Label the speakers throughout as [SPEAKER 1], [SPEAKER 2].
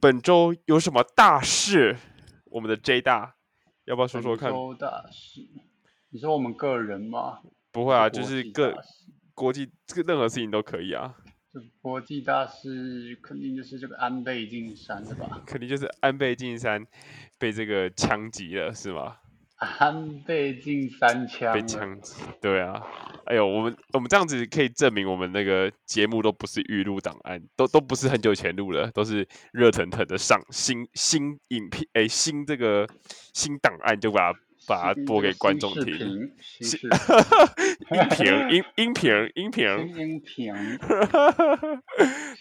[SPEAKER 1] 本周有什么大事？我们的 J 大，要不要说说看？
[SPEAKER 2] 本周大事，你说我们个人吗？
[SPEAKER 1] 不会啊，就
[SPEAKER 2] 国
[SPEAKER 1] 是
[SPEAKER 2] 际
[SPEAKER 1] 各
[SPEAKER 2] 大事
[SPEAKER 1] 国际这个任何事情都可以啊，
[SPEAKER 2] 就是国际大事，肯定就是这个安倍晋三的吧？
[SPEAKER 1] 肯定就是安倍晋三被这个枪击了，是吗？
[SPEAKER 2] 安倍晋三枪
[SPEAKER 1] 被
[SPEAKER 2] 了，
[SPEAKER 1] 枪击，对啊。哎呦，我们我们这样子可以证明我们那个节目都不是预录档案，都都不是很久前录了，都是热腾腾的上新新影片，哎，新这个新档案就把它把它
[SPEAKER 2] 新
[SPEAKER 1] 播
[SPEAKER 2] 这
[SPEAKER 1] 给
[SPEAKER 2] 个
[SPEAKER 1] 观
[SPEAKER 2] 新
[SPEAKER 1] 众
[SPEAKER 2] 视
[SPEAKER 1] 听，
[SPEAKER 2] 频，新
[SPEAKER 1] 新
[SPEAKER 2] 视
[SPEAKER 1] 音频音音频音频
[SPEAKER 2] 频，，新音频，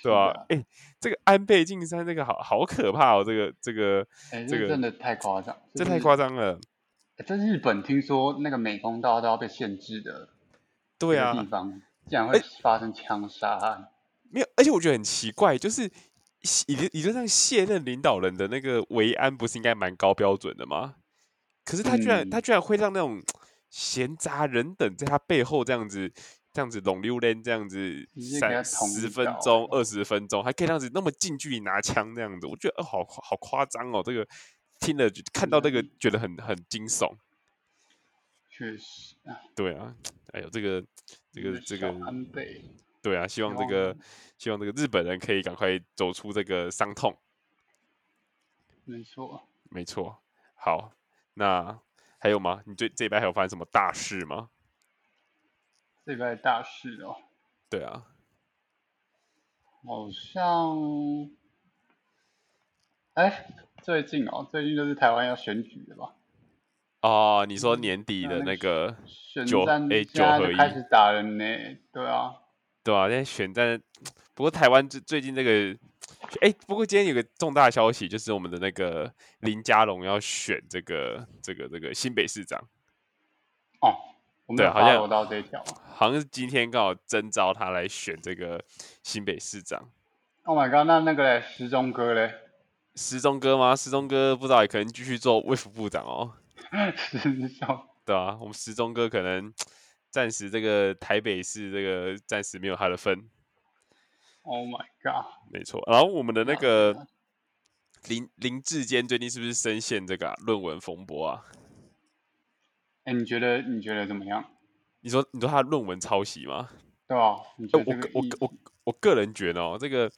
[SPEAKER 1] 对吧、
[SPEAKER 2] 的
[SPEAKER 1] 哎、这个安倍晋三这个好好可怕哦，这个这个
[SPEAKER 2] 哎，
[SPEAKER 1] 这个
[SPEAKER 2] 真的太夸张，
[SPEAKER 1] 这
[SPEAKER 2] 就
[SPEAKER 1] 太
[SPEAKER 2] 是
[SPEAKER 1] 夸张了。
[SPEAKER 2] 哎在日本听说那个美工刀都要被限制的一
[SPEAKER 1] 对
[SPEAKER 2] 个
[SPEAKER 1] 啊，哎
[SPEAKER 2] 地方，竟然会发生枪杀案，
[SPEAKER 1] 没有，而且我觉得很奇怪，就是理论理论上卸任领导人的那个维安不是应该蛮高标准的吗？可是他居然、他
[SPEAKER 2] 嗯
[SPEAKER 1] 居然会让那种闲杂人等在他背后这样子这样子拢溜连这样子
[SPEAKER 2] 直接给
[SPEAKER 1] 三
[SPEAKER 2] 他捅
[SPEAKER 1] 十
[SPEAKER 2] 一
[SPEAKER 1] 分
[SPEAKER 2] 刀
[SPEAKER 1] 钟二十分钟，还可以这样子那么近距离拿枪这样子，我觉得、呃、好好夸张哦，这个听了就看到这个
[SPEAKER 2] 嗯
[SPEAKER 1] 觉得很很惊悚。
[SPEAKER 2] 确实，啊
[SPEAKER 1] 对啊，哎呦，这个这
[SPEAKER 2] 就
[SPEAKER 1] 个
[SPEAKER 2] 是
[SPEAKER 1] 这
[SPEAKER 2] 小哦
[SPEAKER 1] 个
[SPEAKER 2] 安倍，
[SPEAKER 1] 对啊，希望这
[SPEAKER 2] 望
[SPEAKER 1] 个希望这个日本人可以赶快走出这个伤痛。
[SPEAKER 2] 没错。
[SPEAKER 1] 没错。好，那还有吗？你这这礼拜还有发生什么大事吗？
[SPEAKER 2] 这个大事哦，
[SPEAKER 1] 对啊，
[SPEAKER 2] 好像，哎，最近哦，最近就是台湾要选举了吧？
[SPEAKER 1] 哦，你说
[SPEAKER 2] 嗯
[SPEAKER 1] 年底
[SPEAKER 2] 那
[SPEAKER 1] 的
[SPEAKER 2] 那
[SPEAKER 1] 那
[SPEAKER 2] 个
[SPEAKER 1] 个，
[SPEAKER 2] 选
[SPEAKER 1] 九
[SPEAKER 2] 战
[SPEAKER 1] 哎
[SPEAKER 2] 现
[SPEAKER 1] 九
[SPEAKER 2] 在
[SPEAKER 1] 合
[SPEAKER 2] 就
[SPEAKER 1] 一
[SPEAKER 2] 开始打人呢，对啊，
[SPEAKER 1] 对啊，在选战。不过台湾最最近这个，哎，不过今天有个重大消息，就是我们的那个林佳龙要选这个这个这个新北市长，
[SPEAKER 2] 哦，我们
[SPEAKER 1] 对
[SPEAKER 2] 有
[SPEAKER 1] 好像
[SPEAKER 2] follow 到这一条
[SPEAKER 1] 好像是今天刚好征召他来选这个新北市长。
[SPEAKER 2] ，Oh my god，那那个嘞，时钟哥嘞，
[SPEAKER 1] 时钟哥吗？时钟哥不知道，也可能继续做卫福部长哦。
[SPEAKER 2] 时钟，
[SPEAKER 1] 对啊，我们时钟哥可能暂时这个台北市这个暂时没有他的份，
[SPEAKER 2] Oh my god，
[SPEAKER 1] 没错。然后我们的那
[SPEAKER 2] 了
[SPEAKER 1] 个林林志坚最近是不是深陷这个啊论、文风波啊？
[SPEAKER 2] 哎，你觉得你觉得怎么样？
[SPEAKER 1] 你说你说他的论文抄袭吗？
[SPEAKER 2] 对啊，你觉
[SPEAKER 1] 哎
[SPEAKER 2] 得
[SPEAKER 1] 我
[SPEAKER 2] 这个
[SPEAKER 1] 个我
[SPEAKER 2] 议
[SPEAKER 1] 个我个我个人觉得哦，这个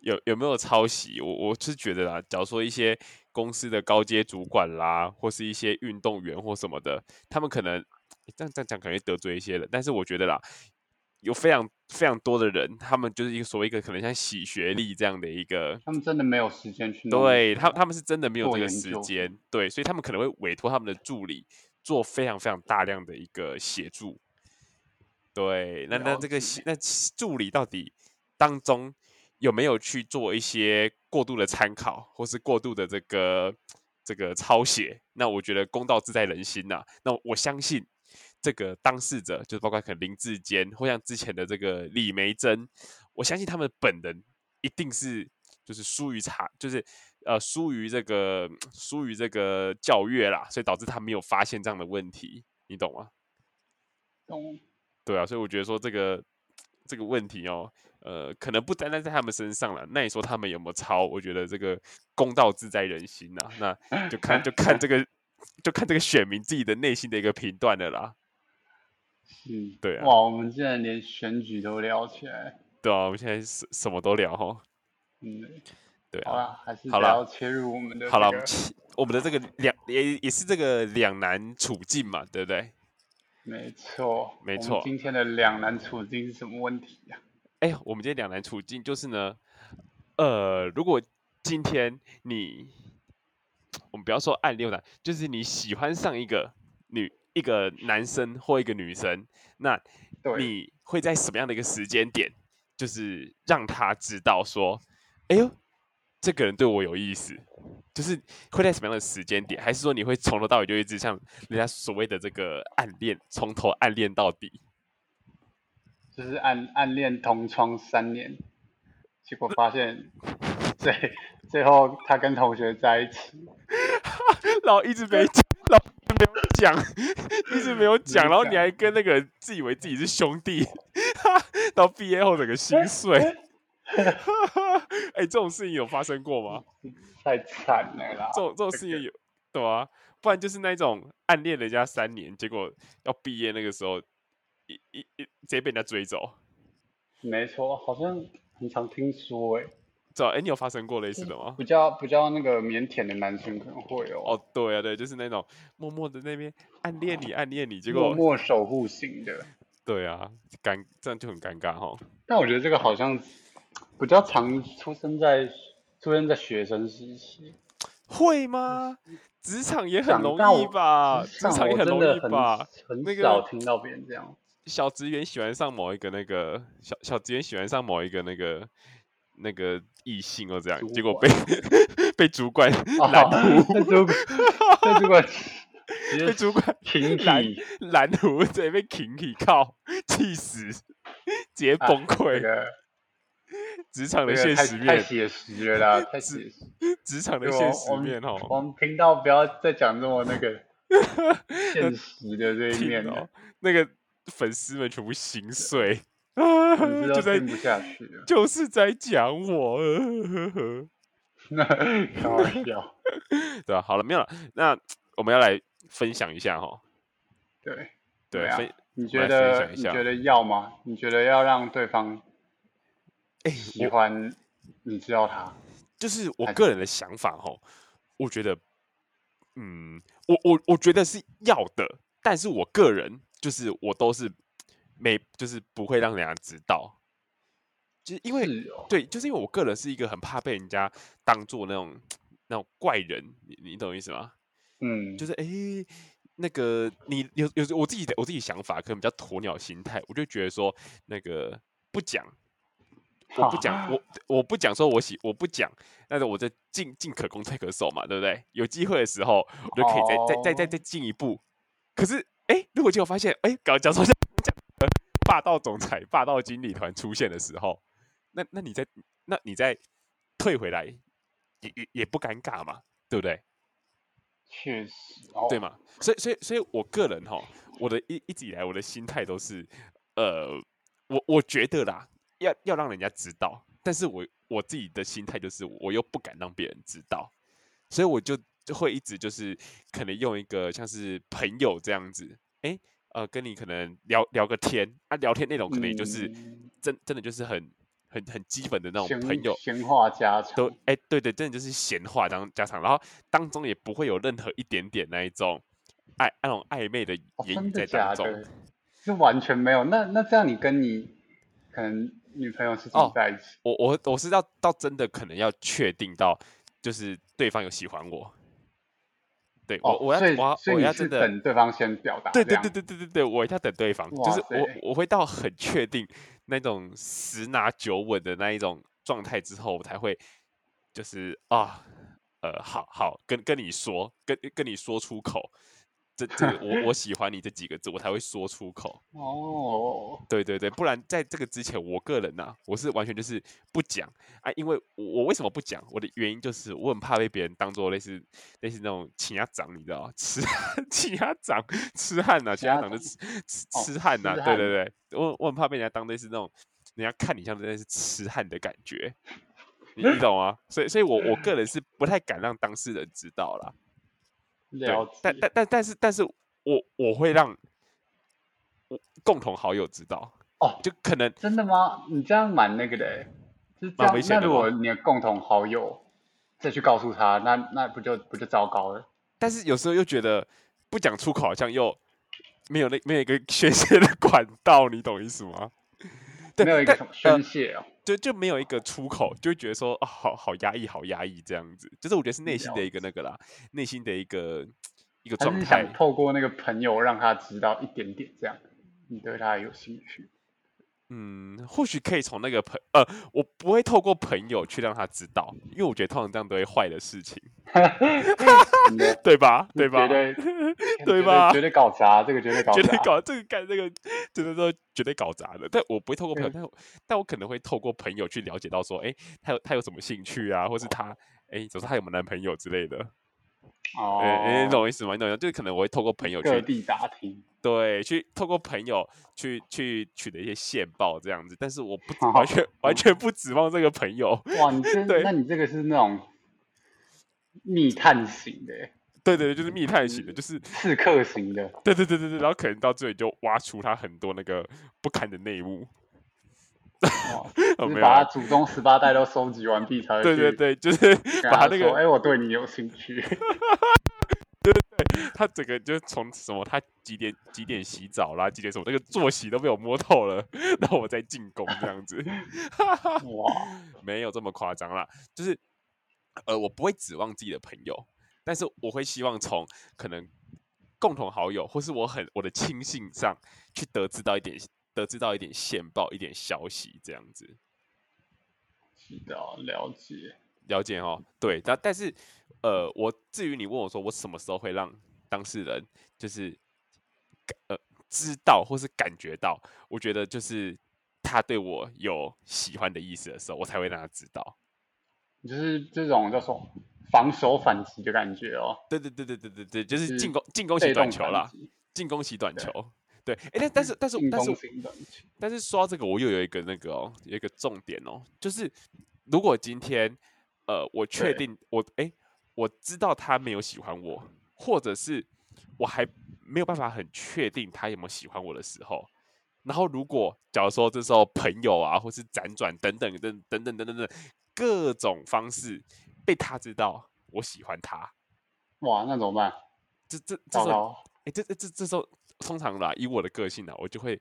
[SPEAKER 1] 有有没有抄袭？我我是觉得啦，假如说一些公司的高阶主管啦，或是一些运动员或什么的，他们可能这样这样讲可能会得罪一些人，但是我觉得啦，有非常非常多的人，他们就是一个所谓一个可能像洗学历这样的一个。
[SPEAKER 2] 他们真的没有时间去弄这
[SPEAKER 1] 对
[SPEAKER 2] 些
[SPEAKER 1] 他，
[SPEAKER 2] 啊
[SPEAKER 1] 他们是真的没有
[SPEAKER 2] 做
[SPEAKER 1] 这个
[SPEAKER 2] 研
[SPEAKER 1] 时
[SPEAKER 2] 究
[SPEAKER 1] 间，对，所以他们可能会委托他们的助理做非常非常大量的一个协助。对，那那
[SPEAKER 2] 了
[SPEAKER 1] 这个协
[SPEAKER 2] 解
[SPEAKER 1] 那其助理到底当中有没有去做一些过度的参考，或是过度的这个这个抄写？那我觉得公道自在人心呐、那我相信这个当事者，就是包括可能林志坚，或像之前的这个李梅珍，我相信他们本人一定是就是疏于查，就是呃疏于这个疏于这个教育啦，所以导致他没有发现这样的问题，你懂吗？
[SPEAKER 2] 懂，
[SPEAKER 1] 对啊，所以我觉得说这个这个问题哦，呃，可能不单单在他们身上了。那你说他们有没有抄？我觉得这个公道自在人心呐、那就看就看这个就看这个选民自己的内心的一个评断了啦。
[SPEAKER 2] 嗯，
[SPEAKER 1] 对啊
[SPEAKER 2] 哇，我们竟然连选举都聊起来，
[SPEAKER 1] 对啊，我们现在什什么都聊哈。
[SPEAKER 2] 嗯。
[SPEAKER 1] 对啊，
[SPEAKER 2] 好啦，还是
[SPEAKER 1] 好
[SPEAKER 2] 不
[SPEAKER 1] 啦
[SPEAKER 2] 要切入我们的、这
[SPEAKER 1] 好了，我
[SPEAKER 2] 个
[SPEAKER 1] 们切我们的这个两也也是这个两难处境嘛，对不对？
[SPEAKER 2] 没错，
[SPEAKER 1] 没
[SPEAKER 2] 我们
[SPEAKER 1] 错
[SPEAKER 2] 今天的两难处境是什么问题呀、
[SPEAKER 1] 哎，我们今天两难处境就是呢，呃，如果今天你，我们不要说暗恋了，就是你喜欢上一个女、一个男生或一个女生，那
[SPEAKER 2] 对
[SPEAKER 1] 你会在什么样的一个时间点，就是让他知道说，哎呦，这个人对我有意思，就是会在什么样的时间点，还是说你会从头到尾就一直像人家所谓的这个暗恋，从头暗恋到底？
[SPEAKER 2] 就是暗暗恋同窗三年，结果发现最 最后他跟同学在一起，
[SPEAKER 1] 然后一直没讲，然后一直没有讲，一直没有讲，
[SPEAKER 2] 没
[SPEAKER 1] 然后你
[SPEAKER 2] 讲
[SPEAKER 1] 还 跟那个人自以为自己是兄弟，然后毕业后整个心碎。 哎、这种事情有发生过吗？
[SPEAKER 2] 太惨了啦！
[SPEAKER 1] 这种这种事情有对啊，不然就是那一种暗恋人家三年，结果要毕业那个时候，一一一直接被人家追走，
[SPEAKER 2] 没错，好像很常听说哎、
[SPEAKER 1] 知道？哎、你有发生过类似的吗？
[SPEAKER 2] 比较比较那个腼腆的男生可能会有
[SPEAKER 1] 哦，对啊，对，就是那种默默的那边暗恋你，暗恋你，结
[SPEAKER 2] 默
[SPEAKER 1] 果
[SPEAKER 2] 默守护型的，
[SPEAKER 1] 对啊，尴这样就很尴尬哈。
[SPEAKER 2] 但我觉得这个好像比较常出生在出生在学生时期，
[SPEAKER 1] 会吗？
[SPEAKER 2] 嗯
[SPEAKER 1] 职场也很
[SPEAKER 2] 长
[SPEAKER 1] 容
[SPEAKER 2] 大
[SPEAKER 1] 易
[SPEAKER 2] 我
[SPEAKER 1] 吧，职
[SPEAKER 2] 像
[SPEAKER 1] 啊场也
[SPEAKER 2] 我真
[SPEAKER 1] 容
[SPEAKER 2] 的
[SPEAKER 1] 易
[SPEAKER 2] 很
[SPEAKER 1] 吧。那
[SPEAKER 2] 很
[SPEAKER 1] 个
[SPEAKER 2] 少听到别人这样，
[SPEAKER 1] 小职员喜欢上某一个那个小小职员喜欢上某一个那个那个异性哦，这样
[SPEAKER 2] 主
[SPEAKER 1] 结果被
[SPEAKER 2] 管
[SPEAKER 1] 被 主管
[SPEAKER 2] 哦，
[SPEAKER 1] 拦
[SPEAKER 2] 那主管，那主管
[SPEAKER 1] 被
[SPEAKER 2] 直接
[SPEAKER 1] 主管
[SPEAKER 2] 群
[SPEAKER 1] 拦
[SPEAKER 2] 体
[SPEAKER 1] 拦胡直接被停起靠，气死，直接
[SPEAKER 2] 哎
[SPEAKER 1] 崩
[SPEAKER 2] 这
[SPEAKER 1] 溃。
[SPEAKER 2] 个
[SPEAKER 1] 职场的
[SPEAKER 2] 这个
[SPEAKER 1] 现
[SPEAKER 2] 太
[SPEAKER 1] 实
[SPEAKER 2] 太
[SPEAKER 1] 面，
[SPEAKER 2] 写实了啦，太写实。
[SPEAKER 1] 职场的
[SPEAKER 2] 对
[SPEAKER 1] 现
[SPEAKER 2] 哦
[SPEAKER 1] 实
[SPEAKER 2] 我们
[SPEAKER 1] 面哦，
[SPEAKER 2] 我们频道不要再讲这么那 个现实的这一
[SPEAKER 1] 听
[SPEAKER 2] 面
[SPEAKER 1] 到
[SPEAKER 2] 了，
[SPEAKER 1] 那个粉丝们全部心碎，啊，
[SPEAKER 2] 粉丝 都
[SPEAKER 1] 就在
[SPEAKER 2] 听不下去了，
[SPEAKER 1] 就是在讲我， 呃呵呵
[SPEAKER 2] 那 开玩笑。
[SPEAKER 1] 对啊，好了，没有了。那我们要来分享一下哈，
[SPEAKER 2] 对，
[SPEAKER 1] 对，
[SPEAKER 2] 对啊
[SPEAKER 1] 分
[SPEAKER 2] 你
[SPEAKER 1] 我
[SPEAKER 2] 觉
[SPEAKER 1] 来分
[SPEAKER 2] 得
[SPEAKER 1] 享一
[SPEAKER 2] 你
[SPEAKER 1] 下
[SPEAKER 2] 觉得要吗？你觉得要让对方
[SPEAKER 1] 哎、
[SPEAKER 2] 喜
[SPEAKER 1] 我
[SPEAKER 2] 欢你知道他？
[SPEAKER 1] 就是我
[SPEAKER 2] 还
[SPEAKER 1] 个人的想法哈，我觉得，嗯，我我我觉得是要的，但是我个人就是我都是没，就是不会让人家知道，就是因为
[SPEAKER 2] 是哦，
[SPEAKER 1] 对，就是因为我个人是一个很怕被人家当做那种那种怪人，你你懂我意思吗？
[SPEAKER 2] 嗯，
[SPEAKER 1] 就是诶，那个你有有时我自己的我自己想法可能比较鸵鸟心态，我就觉得说那个不讲，我不讲，我我不讲说我喜我不讲，但是我在进进可攻退可守嘛，对不对？有机会的时候我就可以再、再再再
[SPEAKER 2] 哦
[SPEAKER 1] 再进一步。可是诶，如果结果发现诶，搞假如说像讲呃霸道总裁、霸道经理团出现的时候，那那你再那你再退回来也也也不尴尬嘛，对不对？
[SPEAKER 2] 确实哦，
[SPEAKER 1] 对？嘛？所以，所以，所以我个人哈，我的一一直以来我的心态都是，呃，我我觉得啦，要要让人家知道，但是我我自己的心态就是，我又不敢让别人知道，所以我就就会一直就是可能用一个像是朋友这样子，诶，呃，跟你可能聊聊个天，啊，聊天内容可能也就是、
[SPEAKER 2] 嗯
[SPEAKER 1] 真真的就是很很很基本的那种
[SPEAKER 2] 闲
[SPEAKER 1] 朋友
[SPEAKER 2] 闲话家常
[SPEAKER 1] 都，哎、对对，真的就是闲话当家常，然后当中也不会有任何一点点那一种暧那种暧昧的
[SPEAKER 2] 哦，
[SPEAKER 1] 言语
[SPEAKER 2] 真的
[SPEAKER 1] 在
[SPEAKER 2] 假
[SPEAKER 1] 当中。
[SPEAKER 2] 的？是完全没有。那那这样，你跟你可能女朋友是怎
[SPEAKER 1] 哦
[SPEAKER 2] 么在一起？
[SPEAKER 1] 我我我是要到真的可能要确定到，就是对方有喜欢我，对我、
[SPEAKER 2] 哦，
[SPEAKER 1] 我要
[SPEAKER 2] 所以
[SPEAKER 1] 我要
[SPEAKER 2] 所以
[SPEAKER 1] 我
[SPEAKER 2] 你
[SPEAKER 1] 要
[SPEAKER 2] 是
[SPEAKER 1] 真的
[SPEAKER 2] 等对方先表达，
[SPEAKER 1] 对
[SPEAKER 2] 这
[SPEAKER 1] 对
[SPEAKER 2] 样
[SPEAKER 1] 对对对对对，我一定要等对方，就
[SPEAKER 2] 哇
[SPEAKER 1] 是我
[SPEAKER 2] 塞
[SPEAKER 1] 我会到很确定那种十拿九稳的那一种状态之后，我才会就是啊呃，好好跟跟你说，跟跟你说出口，这这个我我喜欢你这几个字，我才会说出口。
[SPEAKER 2] 哦，
[SPEAKER 1] 对对对，不然在这个之前，我个人呐、我是完全就是不讲啊，因为我我为什么不讲？我的原因就是我很怕被别人当做类似类似那种请家长，你知道吗？ 吃请家长吃汉呐、请
[SPEAKER 2] 其
[SPEAKER 1] 家
[SPEAKER 2] 他
[SPEAKER 1] 长就
[SPEAKER 2] 种
[SPEAKER 1] 吃吃
[SPEAKER 2] 哦
[SPEAKER 1] 吃汉呐、
[SPEAKER 2] 痴
[SPEAKER 1] 对
[SPEAKER 2] 汉
[SPEAKER 1] 对对，我我很怕被人家当类似那种人家看你像真是痴汉的感觉，你你懂吗？所以所以我我个人是不太敢让当事人知道啦。对
[SPEAKER 2] 了，
[SPEAKER 1] 但
[SPEAKER 2] 解
[SPEAKER 1] 但但但是但是我我会让我共同好友知道，
[SPEAKER 2] 哦，
[SPEAKER 1] 就可能。
[SPEAKER 2] 真的吗？你这样蛮那个的欸，就是这
[SPEAKER 1] 蛮
[SPEAKER 2] 样
[SPEAKER 1] 危。险
[SPEAKER 2] 那
[SPEAKER 1] 的
[SPEAKER 2] 如
[SPEAKER 1] 吗
[SPEAKER 2] 果你的共同好友再去告诉他，那那不就不就糟糕了？
[SPEAKER 1] 但是有时候又觉得不讲出口，好像又没有那没有一个 宣泄的管道，你懂意思吗？对，
[SPEAKER 2] 没有一个
[SPEAKER 1] 但
[SPEAKER 2] 什么宣
[SPEAKER 1] 呃，
[SPEAKER 2] 泄哦，
[SPEAKER 1] 就就没有一个出口，就会觉得说啊、好好压抑，好压抑这样子。就是我觉得是内心的
[SPEAKER 2] 了
[SPEAKER 1] 一个那个啦，内心的一个一个
[SPEAKER 2] 还
[SPEAKER 1] 状
[SPEAKER 2] 是
[SPEAKER 1] 态
[SPEAKER 2] 想。透过那个朋友让他知道一点点，这样你对他有兴 趣？
[SPEAKER 1] 嗯，或许可以从那个朋呃，我不会透过朋友去让他知道，因为我觉得通常这样都会坏的事情，
[SPEAKER 2] 真的，
[SPEAKER 1] 对吧？
[SPEAKER 2] 你
[SPEAKER 1] 对吧？
[SPEAKER 2] 绝 对
[SPEAKER 1] 对
[SPEAKER 2] 绝
[SPEAKER 1] 吧
[SPEAKER 2] 绝对搞砸，这个绝对搞
[SPEAKER 1] 绝对
[SPEAKER 2] 砸。
[SPEAKER 1] 搞这个干这个，真的都绝对搞砸的。但我不会透过朋友，但我但我可能会透过朋友去了解到说，哎、他有他有什么兴趣啊，或是他哎，诶早上他有没有男朋友之类的。
[SPEAKER 2] 哦，
[SPEAKER 1] 呃，你懂我意思吗？你懂我意思吗，就是可能我会透过朋友
[SPEAKER 2] 各
[SPEAKER 1] 去
[SPEAKER 2] 地打听，
[SPEAKER 1] 对，去透过朋友去去取得一些线报这样子，但是我不
[SPEAKER 2] 好
[SPEAKER 1] 完全完全不指望这个朋友。
[SPEAKER 2] 哇，你这
[SPEAKER 1] 对
[SPEAKER 2] 那你这个是那种密探型的耶，
[SPEAKER 1] 对对对，就是密探型
[SPEAKER 2] 嗯
[SPEAKER 1] 的，就是
[SPEAKER 2] 刺客型的，哦
[SPEAKER 1] 对对对对对，然后可能到最后就挖出他很多那个不堪的内幕。
[SPEAKER 2] 哇，
[SPEAKER 1] 哦
[SPEAKER 2] 就
[SPEAKER 1] 没
[SPEAKER 2] 是
[SPEAKER 1] 有
[SPEAKER 2] 把
[SPEAKER 1] 啊
[SPEAKER 2] 他祖宗十八代都收集完毕才会
[SPEAKER 1] 对对
[SPEAKER 2] 去
[SPEAKER 1] 对，就是
[SPEAKER 2] 跟
[SPEAKER 1] 把
[SPEAKER 2] 他
[SPEAKER 1] 那
[SPEAKER 2] 说
[SPEAKER 1] 个
[SPEAKER 2] 哎，我对你有兴趣，
[SPEAKER 1] 他整个就是从什么他几点几点洗澡啦，几点什么那个作息都被我摸透了，然后我再进攻这样子。
[SPEAKER 2] 哇，
[SPEAKER 1] 没有这么夸张啦，就是呃，我不会指望自己的朋友，但是我会希望从可能共同好友，或是我很我的亲信上去得知到一点，得知到一点线报、一点消息这样子，
[SPEAKER 2] 知道了解，
[SPEAKER 1] 了解哦。对，但但是呃，我至于你问我说我什么时候会让当事人就是感呃知道或是感觉到，我觉得就是他对我有喜欢的意思的时候，我才会让他知道。
[SPEAKER 2] 你就是这种叫什么防守反击的感觉哦，
[SPEAKER 1] 对对对对对对对，就是
[SPEAKER 2] 是
[SPEAKER 1] 进攻进攻
[SPEAKER 2] 被
[SPEAKER 1] 型
[SPEAKER 2] 动
[SPEAKER 1] 短球
[SPEAKER 2] 反
[SPEAKER 1] 啦，
[SPEAKER 2] 击，
[SPEAKER 1] 进攻型短球。对，哎，但但是但是
[SPEAKER 2] 进
[SPEAKER 1] 但
[SPEAKER 2] 攻
[SPEAKER 1] 是
[SPEAKER 2] 型短球，
[SPEAKER 1] 但是说到这个，我又有一个那个哦，有一个重点哦，就是如果今天呃，我确
[SPEAKER 2] 对
[SPEAKER 1] 定我哎，我知道他没有喜欢我，或者是我还没有办法很确定他有没有喜欢我的时候。然后，如果假如说这时候朋友啊，或是辗转等等等等等等等等各种方式被他知道我喜欢他，
[SPEAKER 2] 哇，那怎么办？
[SPEAKER 1] 这这这
[SPEAKER 2] 糟
[SPEAKER 1] 时候
[SPEAKER 2] 糕，
[SPEAKER 1] 哎、这这这这时候通常啦，以我的个性啊，我就会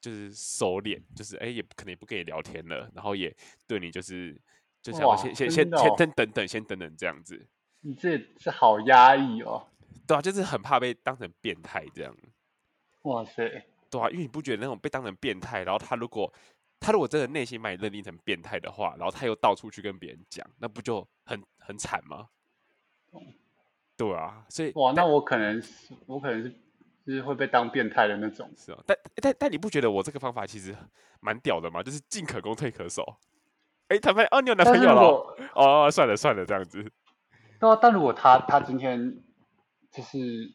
[SPEAKER 1] 就是收敛，就是哎、也不可能也不跟你聊天了，然后也对你就是就想要
[SPEAKER 2] 哇
[SPEAKER 1] 先先
[SPEAKER 2] 真
[SPEAKER 1] 先
[SPEAKER 2] 的
[SPEAKER 1] 先
[SPEAKER 2] 哦
[SPEAKER 1] 等等等，先等等这样子，
[SPEAKER 2] 你这这好压抑哦，
[SPEAKER 1] 对啊，就是很怕被当成变态这样，
[SPEAKER 2] 哇塞，
[SPEAKER 1] 对啊，因为你不觉得那种被当成变态，然后他如果他如果真的内心把你认定成变态的话，然后他又到处去跟别人讲，那不就很很惨吗？对啊，所以
[SPEAKER 2] 哇，那我可能是我可能是就是会被当变态的那种，
[SPEAKER 1] 是啊，但但但你不觉得我这个方法其实蛮屌的吗？就是进可攻退可守。哎、他发现哦，你有男
[SPEAKER 2] 但
[SPEAKER 1] 朋
[SPEAKER 2] 是
[SPEAKER 1] 友
[SPEAKER 2] 如
[SPEAKER 1] 了哦
[SPEAKER 2] 果
[SPEAKER 1] 哦，哦算了算了，这样子。
[SPEAKER 2] 对啊，但如果他他今天就是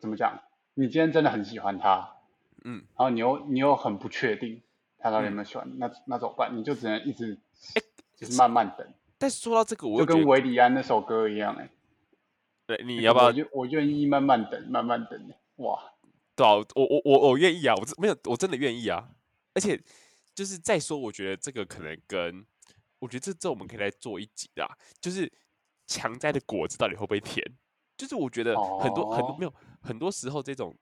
[SPEAKER 2] 怎么讲？你今天真的很喜欢他，
[SPEAKER 1] 嗯，
[SPEAKER 2] 然后你又你又很不确定他到底有没有喜欢你，那那怎么办？你就只能一直就是慢慢等，
[SPEAKER 1] 但说到这个，哎我
[SPEAKER 2] 就
[SPEAKER 1] 又觉
[SPEAKER 2] 跟
[SPEAKER 1] 得
[SPEAKER 2] 维里安那首歌一样、欸，
[SPEAKER 1] 对，你
[SPEAKER 2] 哎，
[SPEAKER 1] 要不要
[SPEAKER 2] 我？愿我愿意慢慢等，慢慢等、欸，哇，
[SPEAKER 1] 对啊，我我我我愿意啊，我真没有，我真的愿意啊。而且就是再说，我觉得这个可能跟我觉得这这我们可以来做一集啊，就是强摘的果子到底会不会甜？就是我觉得很多、很多
[SPEAKER 2] 哦
[SPEAKER 1] 没有很多时候这种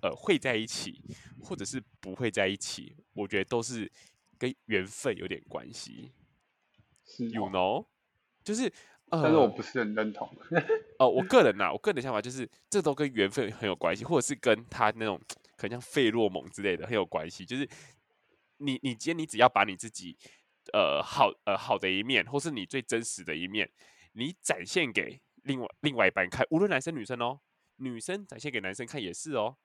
[SPEAKER 1] 呃会在一起，或者是不会在一起，我觉得都是跟缘分有点关系
[SPEAKER 2] 是
[SPEAKER 1] ，you
[SPEAKER 2] 哦，
[SPEAKER 1] know？就是呃，
[SPEAKER 2] 但是我不是很认同，
[SPEAKER 1] 哦，我个人呐、我个人的想法就是，这都跟缘分很有关系，或者是跟他那种可能像费洛蒙之类的很有关系。就是你，你今天你只要把你自己，呃，好，呃，好的一面，或是你最真实的一面，你展现给另外另外一半看，无论男生女生哦，女生展现给男生看也是哦，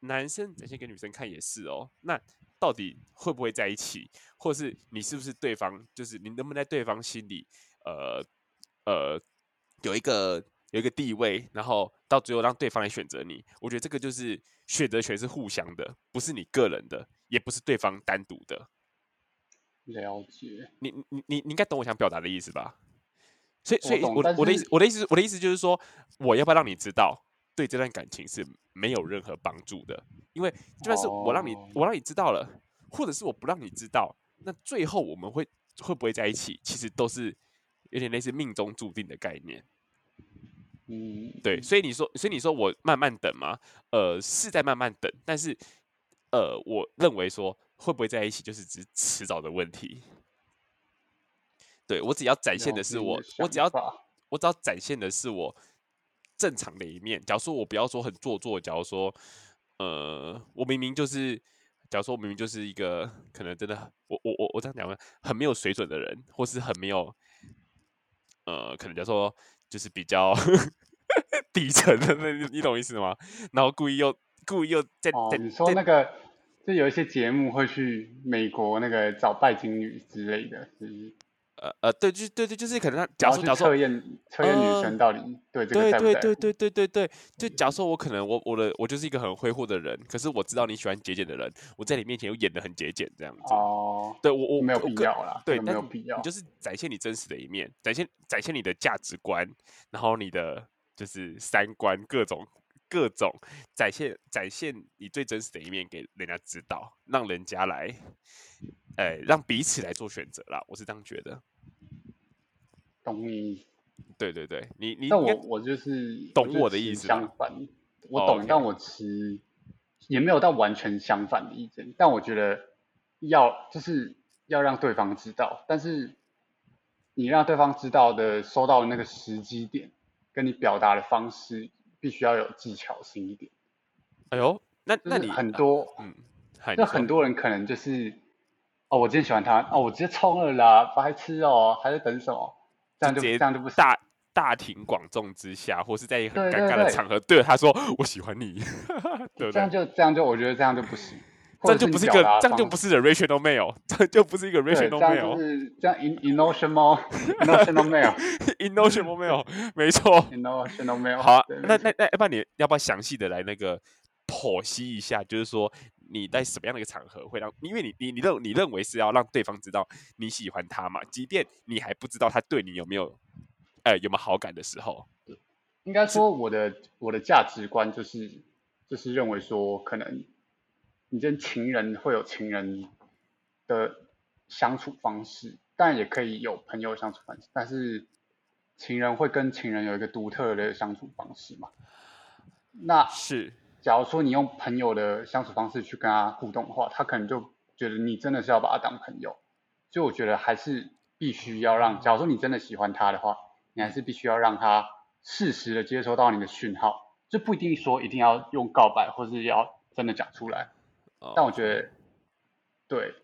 [SPEAKER 1] 男生展现给女生看也是哦。那到底会不会在一起，或是你是不是对方，就是你能不能在对方心里，呃呃，有一个有一个地位，然后到最后让对方来选择你。我觉得这个就是选择权是互相的，不是你个人的，也不是对方单独的。
[SPEAKER 2] 了解，
[SPEAKER 1] 你你你你应该懂我想表达的意思吧？所以所
[SPEAKER 2] 我
[SPEAKER 1] 以
[SPEAKER 2] 懂
[SPEAKER 1] 我的
[SPEAKER 2] 但
[SPEAKER 1] 我的意思
[SPEAKER 2] 是
[SPEAKER 1] 我的意思我的意思就是说，我要不要让你知道，对这段感情是没有任何帮助的，因为就算是我让你
[SPEAKER 2] 哦
[SPEAKER 1] 我让你知道了，或者是我不让你知道，那最后我们会会不会在一起，其实都是有点类似命中注定的概念。
[SPEAKER 2] 嗯，
[SPEAKER 1] 对，所以你说，所以你说我慢慢等吗？呃，是在慢慢等，但是呃，我认为说会不会在一起，就是只是迟早的问题。对我只要展现
[SPEAKER 2] 了
[SPEAKER 1] 的
[SPEAKER 2] 解
[SPEAKER 1] 是
[SPEAKER 2] 你
[SPEAKER 1] 我
[SPEAKER 2] 的，
[SPEAKER 1] 我
[SPEAKER 2] 想
[SPEAKER 1] 只要
[SPEAKER 2] 法，
[SPEAKER 1] 我只要展现的是我正常的一面。假如说我不要说很做作，假如说呃，我明明就是，假如说我明明就是一个可能真的很，我我我我这样讲吧，很没有水准的人，或是很没有呃，可能叫做就是比较 底层的那，你你懂我意思吗？然后故意又故意又在
[SPEAKER 2] 哦
[SPEAKER 1] 在，
[SPEAKER 2] 你说
[SPEAKER 1] 在
[SPEAKER 2] 那个，就有一些节目会去美国那个找拜金女之类的，是不是？
[SPEAKER 1] 呃呃，对，就对对，就是可能他假
[SPEAKER 2] 然
[SPEAKER 1] 如说假
[SPEAKER 2] 后去
[SPEAKER 1] 如说
[SPEAKER 2] 测验测验女
[SPEAKER 1] 呃
[SPEAKER 2] 生到底对这个
[SPEAKER 1] 对
[SPEAKER 2] 在不
[SPEAKER 1] 对
[SPEAKER 2] 在
[SPEAKER 1] 对
[SPEAKER 2] 乎，
[SPEAKER 1] 对对对对，就假如说我可能我我的我就是一个很挥霍的人，可是我知道你喜欢节俭的人，我在你面前又演的很节俭这样子。
[SPEAKER 2] 哦，
[SPEAKER 1] 对我我
[SPEAKER 2] 没有
[SPEAKER 1] 我
[SPEAKER 2] 必
[SPEAKER 1] 个
[SPEAKER 2] 要啦，这
[SPEAKER 1] 对，
[SPEAKER 2] 个没
[SPEAKER 1] 但
[SPEAKER 2] 有
[SPEAKER 1] 你
[SPEAKER 2] 必要
[SPEAKER 1] 你就。是展现你真实的一面，展现展现你的价值观，然后你的就是三观各种各种展现展现你最真实的一面给人家知道，让人家来，呃，让彼此来做选择啦。我是这样觉得。
[SPEAKER 2] 懂你，
[SPEAKER 1] 对对对，你你
[SPEAKER 2] 但
[SPEAKER 1] 应该
[SPEAKER 2] 我我就是
[SPEAKER 1] 懂
[SPEAKER 2] 就是
[SPEAKER 1] 我的
[SPEAKER 2] 持
[SPEAKER 1] 意思吧
[SPEAKER 2] 相反，我
[SPEAKER 1] 哦
[SPEAKER 2] 懂，
[SPEAKER 1] ，OK
[SPEAKER 2] 但我持也没有到完全相反的意见，但我觉得要就是要让对方知道，但是你让对方知道的收到的那个时机点，跟你表达的方式必须要有技巧性一点，
[SPEAKER 1] 哎呦，那
[SPEAKER 2] 就
[SPEAKER 1] 那
[SPEAKER 2] 是
[SPEAKER 1] 你
[SPEAKER 2] 很
[SPEAKER 1] 呃
[SPEAKER 2] 多
[SPEAKER 1] 嗯，嗨，
[SPEAKER 2] 就
[SPEAKER 1] 你说
[SPEAKER 2] 很多人可能就是，哦，我今天喜欢他，哦，我直接冲了啦，白痴哦，还在等什么？这
[SPEAKER 1] 就
[SPEAKER 2] 样
[SPEAKER 1] 直
[SPEAKER 2] 就
[SPEAKER 1] 接
[SPEAKER 2] 这样就不行。
[SPEAKER 1] 大大庭广众之下，或是在一个很
[SPEAKER 2] 对
[SPEAKER 1] 尴
[SPEAKER 2] 对
[SPEAKER 1] 尬的
[SPEAKER 2] 对
[SPEAKER 1] 场合对着他说“我喜欢 你”，对不
[SPEAKER 2] 这
[SPEAKER 1] 对
[SPEAKER 2] 样？就这样就，我觉得这样就不行，
[SPEAKER 1] 这
[SPEAKER 2] 或
[SPEAKER 1] 样
[SPEAKER 2] 者
[SPEAKER 1] 就
[SPEAKER 2] 你
[SPEAKER 1] 不是一
[SPEAKER 2] 表
[SPEAKER 1] 个
[SPEAKER 2] 达，的
[SPEAKER 1] 这样就
[SPEAKER 2] 方
[SPEAKER 1] 不是一个 rational male，这 就不是一个
[SPEAKER 2] 对，这
[SPEAKER 1] rational
[SPEAKER 2] 样就
[SPEAKER 1] male，
[SPEAKER 2] 是这样 in emotional emotional male
[SPEAKER 1] emotional male，没错。
[SPEAKER 2] emotional male
[SPEAKER 1] 好啊、
[SPEAKER 2] 对。
[SPEAKER 1] 那
[SPEAKER 2] 没
[SPEAKER 1] 那那，
[SPEAKER 2] 错
[SPEAKER 1] 要不然你要不要详细的来那个剖析一下？就是说你在什么样的一个场合会让，因为你你你认你认为是要让对方知道你喜欢他嘛，即便你还不知道他对你有没有，呃，有没有好感的时候，
[SPEAKER 2] 应该说我的我的价值观就是就是认为说，可能你跟情人会有情人的相处方式，但也可以有朋友相处方式，但是情人会跟情人有一个独特的相处方式嘛？那
[SPEAKER 1] 是
[SPEAKER 2] 假如说你用朋友的相处方式去跟他互动的话，他可能就觉得你真的是要把他当朋友，所以我觉得还是必须要让，假如说你真的喜欢他的话，你还是必须要让他适时的接收到你的讯号，这不一定说一定要用告白，或是要真的讲出来，
[SPEAKER 1] 哦
[SPEAKER 2] 但我觉得，对，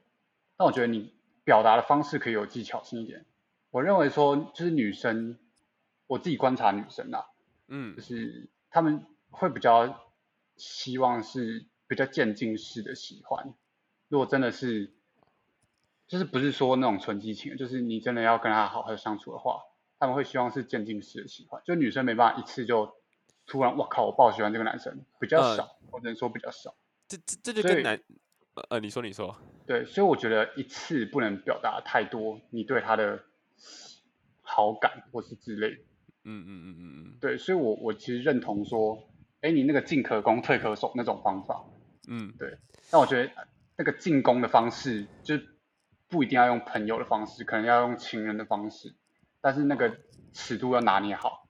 [SPEAKER 2] 但我觉得你表达的方式可以有技巧性一点。我认为说，就是女生，我自己观察女生啊，
[SPEAKER 1] 嗯
[SPEAKER 2] 就是他们会比较希望是比较渐进式的喜欢。如果真的是，就是不是说那种纯激情，就是你真的要跟他好好相处的话，他们会希望是渐进式的喜欢。就女生没办法一次就突然，我靠，我爆喜欢这个男生，比较
[SPEAKER 1] 呃
[SPEAKER 2] 少，我只能说比较少。
[SPEAKER 1] 这这这就
[SPEAKER 2] 所
[SPEAKER 1] 跟
[SPEAKER 2] 以
[SPEAKER 1] 男呃呃，你说你说，
[SPEAKER 2] 对，所以我觉得一次不能表达太多你对他的好感或是之类的。
[SPEAKER 1] 嗯嗯嗯嗯
[SPEAKER 2] 对，所以我我其实认同说，哎，你那个进可攻退可守那种方法，
[SPEAKER 1] 嗯嗯，
[SPEAKER 2] 对。但我觉得呃那个进攻的方式，就是不一定要用朋友的方式，可能要用情人的方式，但是那个尺度要拿捏好。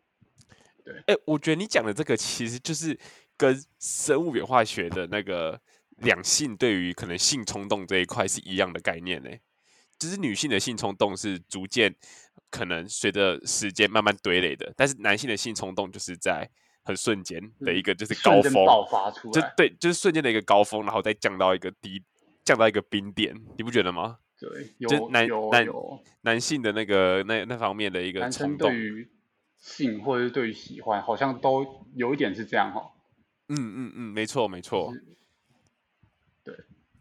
[SPEAKER 1] 哎、我觉得你讲的这个其实就是跟生物演化学的那个两性对于可能性冲动这一块是一样的概念呢、欸就是女性的性冲动是逐渐可能随着时间慢慢堆垒的，但是男性的性冲动就是在很瞬间的一
[SPEAKER 2] 嗯
[SPEAKER 1] 个就是
[SPEAKER 2] 瞬
[SPEAKER 1] 高
[SPEAKER 2] 间
[SPEAKER 1] 峰，
[SPEAKER 2] 爆发出
[SPEAKER 1] 就
[SPEAKER 2] 来，
[SPEAKER 1] 对，就是瞬间的一个高峰，然后再降到一个低，降到一个冰点，你不觉得吗？
[SPEAKER 2] 对，
[SPEAKER 1] 就
[SPEAKER 2] 有
[SPEAKER 1] 男
[SPEAKER 2] 有
[SPEAKER 1] 男
[SPEAKER 2] 有，
[SPEAKER 1] 男性的那个那那方面的一个
[SPEAKER 2] 男生
[SPEAKER 1] 冲动
[SPEAKER 2] 对，于性或者是对于喜欢，好像都有一点是这样哈、哦，
[SPEAKER 1] 嗯嗯嗯，没错没
[SPEAKER 2] 就
[SPEAKER 1] 错。
[SPEAKER 2] 是对。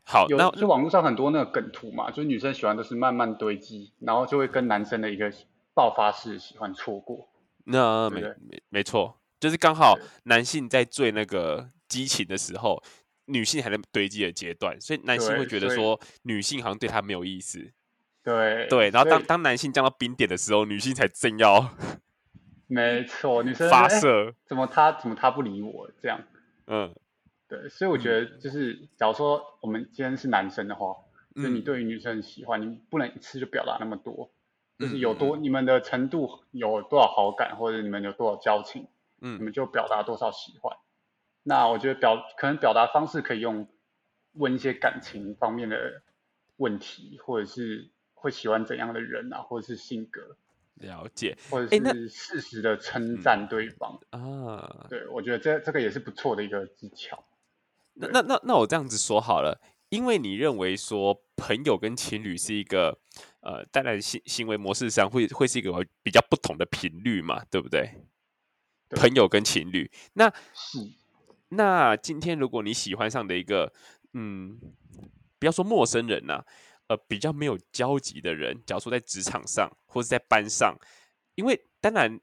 [SPEAKER 1] 好，那
[SPEAKER 2] 有，就网络上很多那个梗图嘛，就是女生喜欢都是慢慢堆积，然后就会跟男生的一个爆发式的喜欢错过，
[SPEAKER 1] 那呃
[SPEAKER 2] 对不
[SPEAKER 1] 没
[SPEAKER 2] 对？
[SPEAKER 1] 没没错，就是刚好
[SPEAKER 2] 对
[SPEAKER 1] 男性在最那个激情的时候，女性还在堆积的阶段，所以男性会觉
[SPEAKER 2] 对，
[SPEAKER 1] 得
[SPEAKER 2] 所以
[SPEAKER 1] 说女性好像对他没有意思，
[SPEAKER 2] 对，
[SPEAKER 1] 对，然后
[SPEAKER 2] 所
[SPEAKER 1] 当
[SPEAKER 2] 以
[SPEAKER 1] 当男性降到冰点的时候，女性才正要
[SPEAKER 2] 没错，女生就
[SPEAKER 1] 发
[SPEAKER 2] 是哎，
[SPEAKER 1] 射，
[SPEAKER 2] 怎么他怎么他不理我这样？
[SPEAKER 1] 嗯
[SPEAKER 2] 对，所以我觉
[SPEAKER 1] 嗯
[SPEAKER 2] 得就是，假如说我们今天是男生的话，就你
[SPEAKER 1] 嗯
[SPEAKER 2] 对于女生的喜欢，你不能一次就表达那么多，就是
[SPEAKER 1] 嗯
[SPEAKER 2] 有
[SPEAKER 1] 嗯
[SPEAKER 2] 多你们的程度有多少好感，或者你们有多少交情，
[SPEAKER 1] 嗯
[SPEAKER 2] 你
[SPEAKER 1] 嗯
[SPEAKER 2] 们就表达多少喜欢。那我觉得表可能表达方式可以用问一些感情方面的问题，或者是会喜欢怎样的人啊，或者是性格，
[SPEAKER 1] 嗯了解。
[SPEAKER 2] 或者
[SPEAKER 1] 哎，那
[SPEAKER 2] 是适时的称
[SPEAKER 1] 嗯
[SPEAKER 2] 赞对方。
[SPEAKER 1] 啊，
[SPEAKER 2] 对，我觉得这这个也是不错的一个技巧。
[SPEAKER 1] 那
[SPEAKER 2] 对，
[SPEAKER 1] 那那那我这样子说好了，因为你认为说朋友跟情侣是一个呃，当然行行为模式上会会是一个比较不同的频率嘛，对不对？
[SPEAKER 2] 对，
[SPEAKER 1] 朋友跟情侣。那
[SPEAKER 2] 是，
[SPEAKER 1] 那今天如果你喜欢上的一个，嗯，不要说陌生人呐、呃比较没有交集的人，假如说在职场上或是在班上，因为当然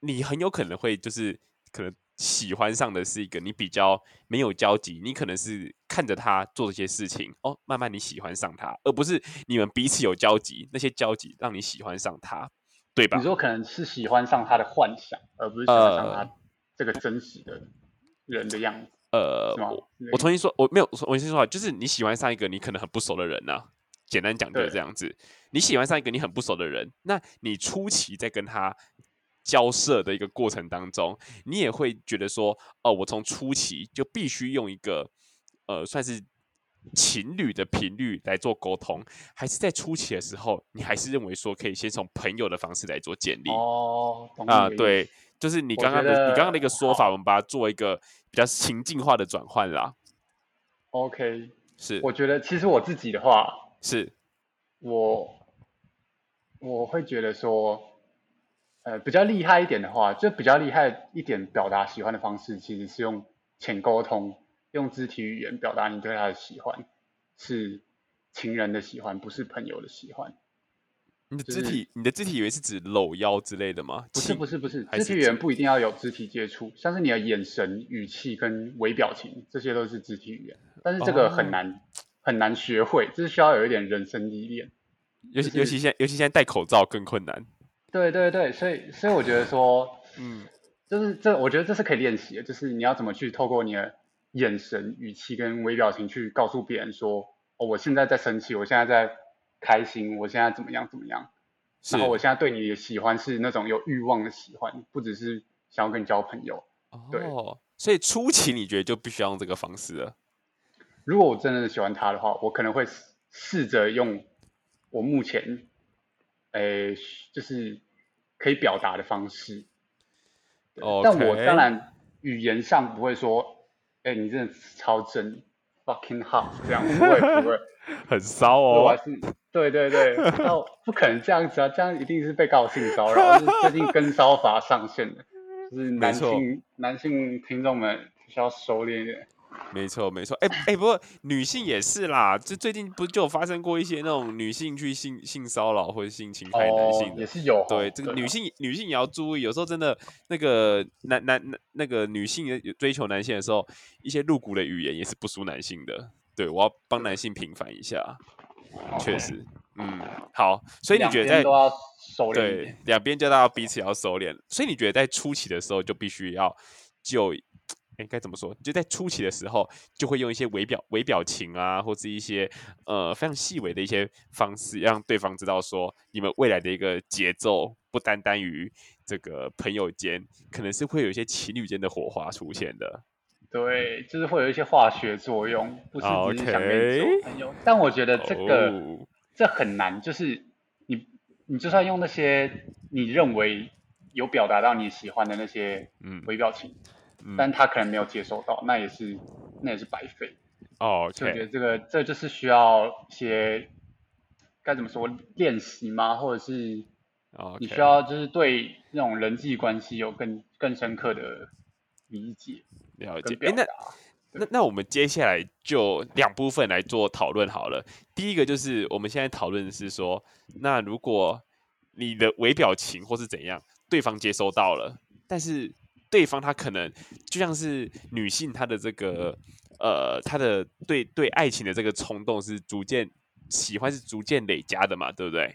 [SPEAKER 1] 你很有可能会就是可能喜欢上的是一个你比较没有交集，你可能是看着他做一些事情哦，慢慢你喜欢上他，而不是你们彼此有交集，那些交集让你喜欢上他，对吧
[SPEAKER 2] 你？说可能是喜欢上他的幻想，而不是喜欢上
[SPEAKER 1] 呃
[SPEAKER 2] 他这个真实的人的样子，
[SPEAKER 1] 呃，
[SPEAKER 2] 是吗
[SPEAKER 1] 我？我重新说，我没有，我我先说啊，就是你喜欢上一个你可能很不熟的人呐、简单讲就是
[SPEAKER 2] 对
[SPEAKER 1] 这样子。你喜欢上一个你很不熟的人，那你初期在跟他交涉的一个过程当中，你也会觉得说，哦、我从初期就必须用一个呃，算是情侣的频率来做沟通，还是在初期的时候，你还是认为说可以先从朋友的方式来做建立。
[SPEAKER 2] 哦，懂你
[SPEAKER 1] 啊、
[SPEAKER 2] 的意
[SPEAKER 1] 对
[SPEAKER 2] 思，
[SPEAKER 1] 就是你
[SPEAKER 2] 我
[SPEAKER 1] 刚
[SPEAKER 2] 觉
[SPEAKER 1] 刚的你刚刚
[SPEAKER 2] 得
[SPEAKER 1] 的一个说法，我们把它做一个比较情境化的转换啦。
[SPEAKER 2] ，OK，
[SPEAKER 1] 是
[SPEAKER 2] 我觉得其实我自己的话，
[SPEAKER 1] 是，
[SPEAKER 2] 我我会觉得说，呃，比较厉害一点的话，就比较厉害一点表达喜欢的方式，其实是用浅沟通，用肢体语言表达你对他的喜欢，是情人的喜欢，不是朋友的喜欢。
[SPEAKER 1] 你的
[SPEAKER 2] 就
[SPEAKER 1] 肢
[SPEAKER 2] 是
[SPEAKER 1] 体你的肢体语言是指搂腰之类的吗？
[SPEAKER 2] 不是
[SPEAKER 1] 亲
[SPEAKER 2] 不是不是，
[SPEAKER 1] 还
[SPEAKER 2] 肢体
[SPEAKER 1] 是
[SPEAKER 2] 语
[SPEAKER 1] 指
[SPEAKER 2] 言不一定要有肢体接触，像是你的眼神、语气跟微表情，这些都是肢体语言。但是这个
[SPEAKER 1] 哦
[SPEAKER 2] 很难、很难学会，这是需要有一点人生历练。
[SPEAKER 1] 尤
[SPEAKER 2] 就
[SPEAKER 1] 其尤
[SPEAKER 2] 是
[SPEAKER 1] 其现在尤其现在戴口罩更困难。
[SPEAKER 2] 对对对，所以所以我觉得说，
[SPEAKER 1] 嗯，
[SPEAKER 2] 就是这，我觉得这是可以练习的，就是你要怎么去透过你的眼神、语气跟微表情去告诉别人说，哦，我现在在生气，我现在在开心，我现在怎么样怎么样，
[SPEAKER 1] 是
[SPEAKER 2] 然后我现在对你的喜欢是那种有欲望的喜欢，不只是想要跟你交朋友。对
[SPEAKER 1] 哦，所以初期你觉得就必须要用这个方式了。
[SPEAKER 2] 如果我真的喜欢他的话，我可能会试试着用我目前，诶、就是可以表达的方式。对但我
[SPEAKER 1] OK
[SPEAKER 2] 当然语言上不会说，哎、你真的超真，fucking hot 这样，不会不会，
[SPEAKER 1] 很骚
[SPEAKER 2] 我 还
[SPEAKER 1] 哦，
[SPEAKER 2] 是对对对，那我不可能这样子啊，这样一定是被告性骚扰。就是最近跟骚法上线的，就是
[SPEAKER 1] 没
[SPEAKER 2] 男
[SPEAKER 1] 错
[SPEAKER 2] 性男性听众们需要收敛一点。
[SPEAKER 1] 没错没错。哎、哎、不过女性也是啦，这最近不就有发生过一些那种女性去性性骚扰或者性侵害男
[SPEAKER 2] 哦
[SPEAKER 1] 性，的
[SPEAKER 2] 也是有哦
[SPEAKER 1] 对，这个
[SPEAKER 2] 哦
[SPEAKER 1] 女性女性也要注意，有时候真的那个男男男那个女性的追求男性的时候，一些露骨的语言也是不输男性的。对，我要帮男性平反一下，啊确实，嗯，好，所以你
[SPEAKER 2] 两
[SPEAKER 1] 觉得
[SPEAKER 2] 边
[SPEAKER 1] 在
[SPEAKER 2] 都要收敛一
[SPEAKER 1] 对
[SPEAKER 2] 点。
[SPEAKER 1] 两边就要彼此要收敛，所以你觉得在初期的时候就必须要就。应该怎么说？就在初期的时候，就会用一些微表、微表情啊，或是一些呃非常细微的一些方式，让对方知道说你们未来的一个节奏，不单单于这个朋友间，可能是会有一些情侣间的火花出现的。
[SPEAKER 2] 对，就是会有一些化学作用，不是只是想跟你做
[SPEAKER 1] 哦 OK
[SPEAKER 2] 朋友。但我觉得呃这个、
[SPEAKER 1] 哦
[SPEAKER 2] 这很难，就是你你就算用那些你认为有表达到你喜欢的那些
[SPEAKER 1] 嗯
[SPEAKER 2] 微表情，
[SPEAKER 1] 嗯
[SPEAKER 2] 但他可能没有接收到，那也是那也是白费。
[SPEAKER 1] 哦
[SPEAKER 2] 所以我觉得
[SPEAKER 1] ，OK，
[SPEAKER 2] 这个这就是需要一些该怎么说练习吗？或者是
[SPEAKER 1] 哦
[SPEAKER 2] 你需要就是对那种人际关系有更更深刻的理解
[SPEAKER 1] 了解
[SPEAKER 2] 跟。
[SPEAKER 1] 哎，
[SPEAKER 2] 表
[SPEAKER 1] 那
[SPEAKER 2] 达。
[SPEAKER 1] 那那我们接下来就两部分来做讨论好了。第一个就是我们现在讨论的是说，那如果你的微表情或是怎样，对方接收到了，但是对方他可能就像是女性，她的这个呃，她的对对爱情的这个冲动是逐渐喜欢是逐渐累加的嘛，对不对？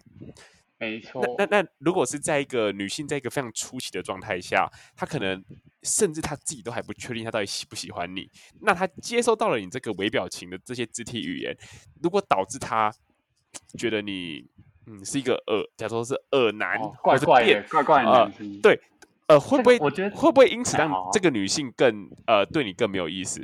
[SPEAKER 2] 没
[SPEAKER 1] 那
[SPEAKER 2] 错，哦
[SPEAKER 1] 那那，如果是在一个女性在一个非常初期的状态下，她可能甚至她自己都还不确定她到底喜不喜欢你，那她接收到了你这个微表情的这些肢体语言，如果导致她觉得你嗯是一个恶，假如说是恶男、
[SPEAKER 2] 哦，
[SPEAKER 1] 或
[SPEAKER 2] 怪
[SPEAKER 1] 是
[SPEAKER 2] 怪
[SPEAKER 1] 变
[SPEAKER 2] 的，怪怪的
[SPEAKER 1] 呃
[SPEAKER 2] 男生。
[SPEAKER 1] 对呃会
[SPEAKER 2] 这
[SPEAKER 1] 不
[SPEAKER 2] 个
[SPEAKER 1] 会
[SPEAKER 2] 我觉得
[SPEAKER 1] 会不会因此
[SPEAKER 2] 还
[SPEAKER 1] 让
[SPEAKER 2] 好啊
[SPEAKER 1] 这个女性更呃对你更没有意思？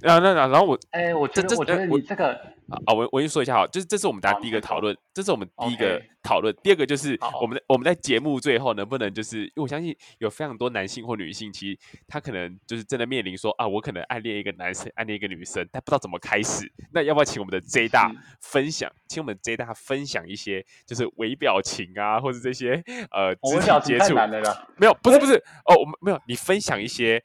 [SPEAKER 1] 然后那那然后我
[SPEAKER 2] 哎，我觉
[SPEAKER 1] 这
[SPEAKER 2] 得，
[SPEAKER 1] 这
[SPEAKER 2] 我觉
[SPEAKER 1] 呃
[SPEAKER 2] 得
[SPEAKER 1] 我
[SPEAKER 2] 你这个
[SPEAKER 1] 啊啊，我我先说一下哈，就是这是我们大家
[SPEAKER 2] 好
[SPEAKER 1] 第
[SPEAKER 2] 你
[SPEAKER 1] 一个
[SPEAKER 2] 先
[SPEAKER 1] 讨
[SPEAKER 2] 说
[SPEAKER 1] 论，这是我们第一个
[SPEAKER 2] OK
[SPEAKER 1] 讨论。第二个就是我
[SPEAKER 2] 好，
[SPEAKER 1] 们在我们在节目最后能不能就是，因为我相信有非常多男性或女性，其实他可能就是真的面临说啊，我可能暗恋一个男生，暗恋一个女生，但不知道怎么开始。那要不要请我们的 J 大
[SPEAKER 2] 是
[SPEAKER 1] 分享，请我们 J 大分享一些就是微表情啊，或者这些呃
[SPEAKER 2] 我
[SPEAKER 1] 肢
[SPEAKER 2] 微
[SPEAKER 1] 体
[SPEAKER 2] 表情
[SPEAKER 1] 接
[SPEAKER 2] 太
[SPEAKER 1] 触？
[SPEAKER 2] 难了啦。
[SPEAKER 1] 没有，不是不是哦，我们没有，你分享一些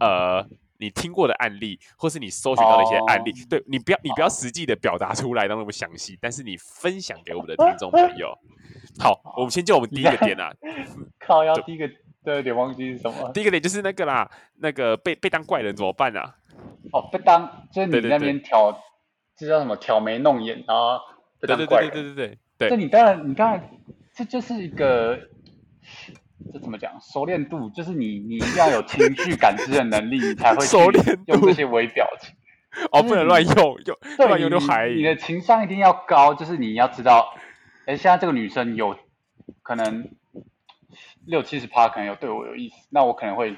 [SPEAKER 1] 呃你听过的案例，或是你搜寻到的一些案例。
[SPEAKER 2] 哦
[SPEAKER 1] 对你不要你不要实际的表达出来，那么详细，但是你分享给我们的听众朋友。好，我们先就我们第一个点啊，
[SPEAKER 2] 靠腰
[SPEAKER 1] 对
[SPEAKER 2] 第一个都有点忘记是什么
[SPEAKER 1] 第一个点就是那个啦，那个被被当怪人怎么办啊？
[SPEAKER 2] 哦，不当就是
[SPEAKER 1] 对
[SPEAKER 2] 你
[SPEAKER 1] 对
[SPEAKER 2] 那边挑，这叫什么挑眉弄眼，然后不
[SPEAKER 1] 对
[SPEAKER 2] 当
[SPEAKER 1] 对
[SPEAKER 2] 怪
[SPEAKER 1] 对
[SPEAKER 2] 人。
[SPEAKER 1] 对对对
[SPEAKER 2] 这
[SPEAKER 1] 对
[SPEAKER 2] 你当然，你当然，这就是一个，这怎么讲？熟练度就是你，你一定要有情绪感知的能力，你才会去
[SPEAKER 1] 熟练
[SPEAKER 2] 用
[SPEAKER 1] 度
[SPEAKER 2] 这些微表情。
[SPEAKER 1] 哦，
[SPEAKER 2] 就是
[SPEAKER 1] 不能乱用，用
[SPEAKER 2] 嗯对，
[SPEAKER 1] 乱
[SPEAKER 2] 你
[SPEAKER 1] 用就海
[SPEAKER 2] 你的情商一定要高，就是你要知道，哎，现在这个女生有可能六七十趴，可能有对我有意思，那我可能会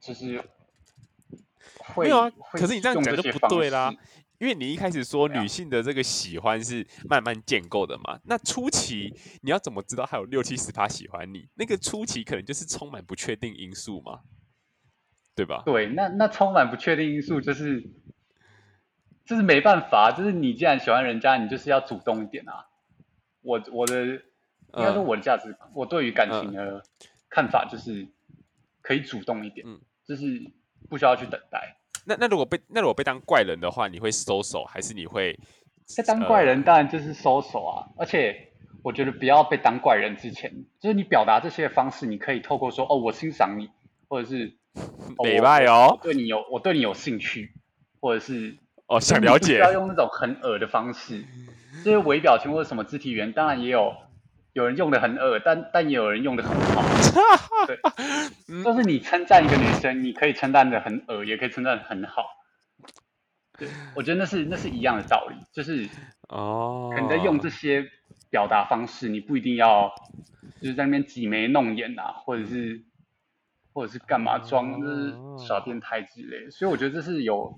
[SPEAKER 2] 就是会
[SPEAKER 1] 没有啊
[SPEAKER 2] 会
[SPEAKER 1] 可是你这样
[SPEAKER 2] 用
[SPEAKER 1] 讲就
[SPEAKER 2] 些
[SPEAKER 1] 不
[SPEAKER 2] 方
[SPEAKER 1] 对啦
[SPEAKER 2] 式
[SPEAKER 1] 因为你一开始说
[SPEAKER 2] 对啊
[SPEAKER 1] 女性的这个喜欢是慢慢建构的嘛，那初期你要怎么知道还有六七十趴喜欢你？那个初期可能就是充满不确定因素嘛，对吧？
[SPEAKER 2] 对，那那充满不确定因素，就是就是没办法，就是你既然喜欢人家，你就是要主动一点啊。我我的应该
[SPEAKER 1] 嗯
[SPEAKER 2] 说我的价值，我对于感情的看法就是可以主动一点，
[SPEAKER 1] 嗯
[SPEAKER 2] 就是不需要去等待。
[SPEAKER 1] 那那如果被那如果被当怪人的话，你会收手还是你会？呃
[SPEAKER 2] 被当
[SPEAKER 1] 嗯
[SPEAKER 2] 怪人当然就是收手啊，而且我觉得不要被当怪人之前，就是你表达这些方式，你可以透过说哦，我欣赏你，或者是 哦
[SPEAKER 1] 美
[SPEAKER 2] 我
[SPEAKER 1] 拜
[SPEAKER 2] 我
[SPEAKER 1] 哦
[SPEAKER 2] 对你有我对你有兴趣，或者是
[SPEAKER 1] 哦，想
[SPEAKER 2] 就是你
[SPEAKER 1] 了
[SPEAKER 2] 不需
[SPEAKER 1] 解
[SPEAKER 2] 要用那种很恶的方式，就是微表情或者什么肢体语言，当然也有有人用的很恶，但但也有人用的很好。对，就是你称赞一个女生，你可以称赞的很恶，也可以称赞的很好。对，我觉得那是那是一样的道理，就是
[SPEAKER 1] 哦，
[SPEAKER 2] 可能在用这些表达方式，你不一定要就是在那边挤眉弄眼啊，或者是或者是干
[SPEAKER 1] 哦
[SPEAKER 2] 嘛装就是耍变态之类的。所以我觉得这是有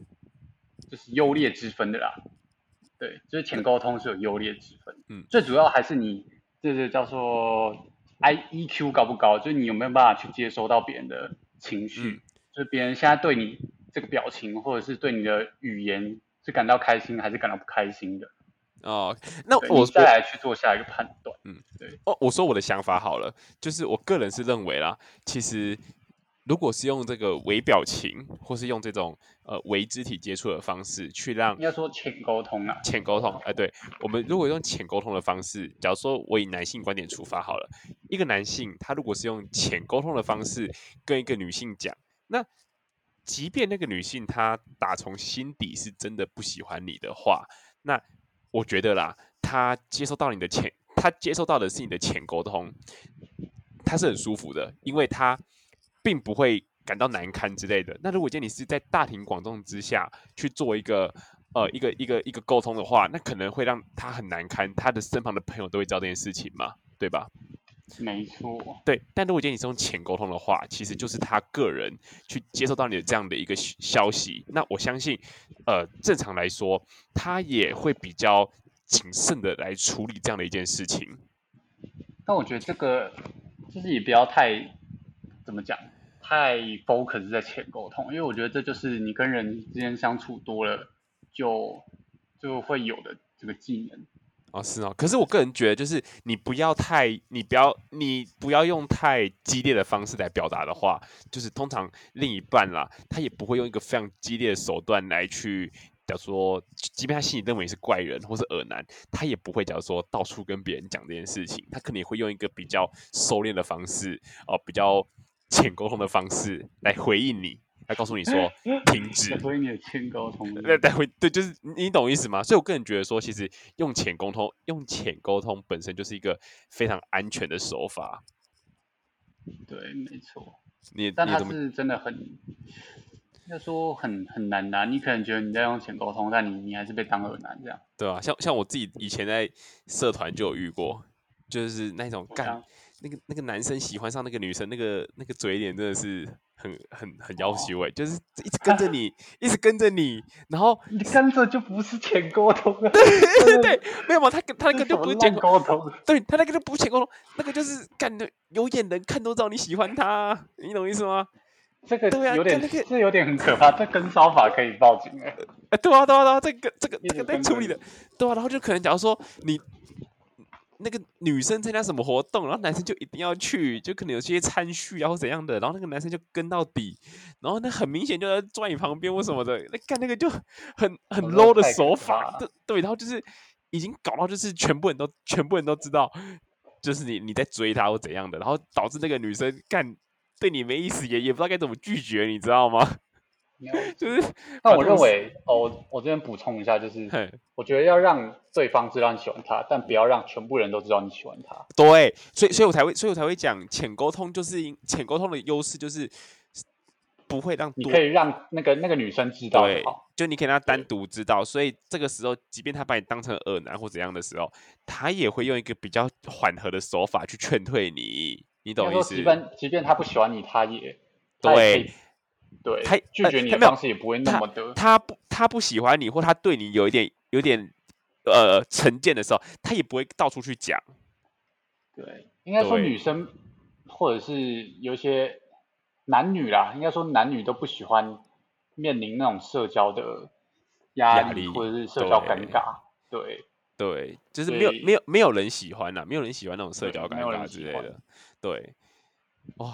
[SPEAKER 2] 就是优劣之分的啦。对，就是浅沟通是有优劣之分。
[SPEAKER 1] 嗯
[SPEAKER 2] 最主要还是你这个叫做 I E Q 高不高，就是你有没有办法去接收到别人的情绪，
[SPEAKER 1] 嗯
[SPEAKER 2] 就是别人现在对你这个表情或者是对你的语言是感到开心还是感到不开心的。
[SPEAKER 1] 哦。那
[SPEAKER 2] 对
[SPEAKER 1] 我
[SPEAKER 2] 你再
[SPEAKER 1] 我
[SPEAKER 2] 来去做下一个判断。
[SPEAKER 1] 哦，我说我的想法好了，就是我个人是认为啦，其实如果是用这个微表情，或是用这种呃微肢体接触的方式去让
[SPEAKER 2] 应该说浅沟通啊，
[SPEAKER 1] 浅沟通，哎、对我们如果用浅沟通的方式，假如说我以男性观点出发好了，一个男性他如果是用浅沟通的方式跟一个女性讲，那即便那个女性她打从心底是真的不喜欢你的话，那我觉得啦，她接收到你的浅，她接收到的是你的浅沟通，她是很舒服的，因为她并不会感到难堪之类的。那如果今天你是在大庭广众之下去做一个呃一个一个一个沟通的话，那可能会让她很难堪，她的身旁的朋友都会知道这件事情嘛，对吧？
[SPEAKER 2] 没错，
[SPEAKER 1] 对，但如果今天你是用钱沟通的话，其实就是他个人去接受到你的这样的一个讯消息。那我相信，呃，正常来说，他也会比较谨慎的来处理这样的一件事情。
[SPEAKER 2] 但我觉得这个就是也不要太怎么讲，太 focus 在浅沟通，因为我觉得这就是你跟人之间相处多了，就就会有的这个技能。
[SPEAKER 1] 哦，是哦。可是我个人觉得，就是你不要太，你不要，你不要用太激烈的方式来表达的话，就是通常另一半啦，他也不会用一个非常激烈的手段来去，假如说，即便他心里认为你是怪人或是恶男，他也不会假如说到处跟别人讲这件事情，他可能也会用一个比较收敛的方式，哦、比较浅沟通的方式来回应你，来告诉你说停止。
[SPEAKER 2] 所以你的浅沟通，
[SPEAKER 1] 那待会嗯 对，就是你你懂我意思吗？所以我个人觉得说，其实用浅沟通，用浅沟通本身就是一个非常安全的手法。
[SPEAKER 2] 对，没错，
[SPEAKER 1] 你
[SPEAKER 2] 但
[SPEAKER 1] 你
[SPEAKER 2] 它
[SPEAKER 1] 怎么
[SPEAKER 2] 是真的很。要说很很难拿，你可能觉得你在用浅沟通，但你你还是被当恶男这样。
[SPEAKER 1] 对啊？像像我自己以前在社团就有遇过，就是那种干
[SPEAKER 2] 像
[SPEAKER 1] 那个那个男生喜欢上那个女生，那个那个嘴脸真的是很很很
[SPEAKER 2] 哦
[SPEAKER 1] 要羞哎，就是一直跟着 你，一直跟着你，然后
[SPEAKER 2] 你跟着就不是浅沟通 了，
[SPEAKER 1] 对，没有嘛，他跟他那
[SPEAKER 2] 这
[SPEAKER 1] 个
[SPEAKER 2] 什
[SPEAKER 1] 就
[SPEAKER 2] 么
[SPEAKER 1] 不是
[SPEAKER 2] 烂
[SPEAKER 1] 简
[SPEAKER 2] 沟通。
[SPEAKER 1] 对他那个就不浅沟通，那个就是干的有眼人看都知道你喜欢他啊，你懂我意思吗？
[SPEAKER 2] 这个
[SPEAKER 1] 对啊
[SPEAKER 2] 有点，
[SPEAKER 1] 跟那个
[SPEAKER 2] 这有点很可怕，这跟骚法可以报警哎、
[SPEAKER 1] 哎、对啊，对啊，对啊，这个这个这
[SPEAKER 2] 一直
[SPEAKER 1] 个在
[SPEAKER 2] 跟
[SPEAKER 1] 处
[SPEAKER 2] 着
[SPEAKER 1] 理
[SPEAKER 2] 你
[SPEAKER 1] 的，对啊，然后就可能假如说你那个女生参加什么活动，然后男生就一定要去，就可能有些参叙啊或怎样的，然后那个男生就跟到底，然后那很明显就在坐在你旁边或什么的，那干那个就很很
[SPEAKER 2] 哦那
[SPEAKER 1] low 的
[SPEAKER 2] 太可
[SPEAKER 1] 手
[SPEAKER 2] 怕
[SPEAKER 1] 法
[SPEAKER 2] 了，
[SPEAKER 1] 对对，然后就是已经搞到就是全部人都全部人都知道，就是你你在追她或怎样的，然后导致那个女生干对你没意思，也也不知道该怎么拒绝，你知道吗？ 就是
[SPEAKER 2] 那
[SPEAKER 1] 把
[SPEAKER 2] 我
[SPEAKER 1] 这种
[SPEAKER 2] 认
[SPEAKER 1] 事
[SPEAKER 2] 为，哦，我我这边补充一下，就是
[SPEAKER 1] 嘿
[SPEAKER 2] 我觉得要让对方知道你喜欢他，但不要让全部人都知道你喜欢他。
[SPEAKER 1] 对，所以所以我才会，所以我才会讲浅沟通，就是因浅沟通的优势就是不会让
[SPEAKER 2] 你
[SPEAKER 1] 多
[SPEAKER 2] 可以让那个那个女生知道
[SPEAKER 1] 对
[SPEAKER 2] 就好。，
[SPEAKER 1] 就你可以让他单
[SPEAKER 2] 对
[SPEAKER 1] 独知道，所以这个时候，即便他把你当成恶男或怎样的时候，他也会用一个比较缓和的手法去劝退你，你
[SPEAKER 2] 应
[SPEAKER 1] 懂
[SPEAKER 2] 该
[SPEAKER 1] 意
[SPEAKER 2] 说，
[SPEAKER 1] 思
[SPEAKER 2] 即？便即便他不喜欢你，他也他也可
[SPEAKER 1] 对
[SPEAKER 2] 以，对，
[SPEAKER 1] 他
[SPEAKER 2] 拒
[SPEAKER 1] 呃
[SPEAKER 2] 绝你
[SPEAKER 1] 他
[SPEAKER 2] 的
[SPEAKER 1] 没有
[SPEAKER 2] 方式也不会那么的。
[SPEAKER 1] 他不他不喜欢你，或他对你有一点有点呃成见的时候，他也不会到处去讲。
[SPEAKER 2] 对，应该说
[SPEAKER 1] 对
[SPEAKER 2] 女生或者是有一些男女啦，应该说男女都不喜欢面临那种社交的
[SPEAKER 1] 压
[SPEAKER 2] 压
[SPEAKER 1] 力
[SPEAKER 2] 力或者是社交尴
[SPEAKER 1] 对
[SPEAKER 2] 尬。对，
[SPEAKER 1] 对，就是
[SPEAKER 2] 所
[SPEAKER 1] 没有
[SPEAKER 2] 以
[SPEAKER 1] 没有没有人喜欢呐、没有人喜欢那种社
[SPEAKER 2] 对
[SPEAKER 1] 交
[SPEAKER 2] 没
[SPEAKER 1] 尴
[SPEAKER 2] 有人
[SPEAKER 1] 尬
[SPEAKER 2] 喜
[SPEAKER 1] 之类
[SPEAKER 2] 欢
[SPEAKER 1] 的。对，哇、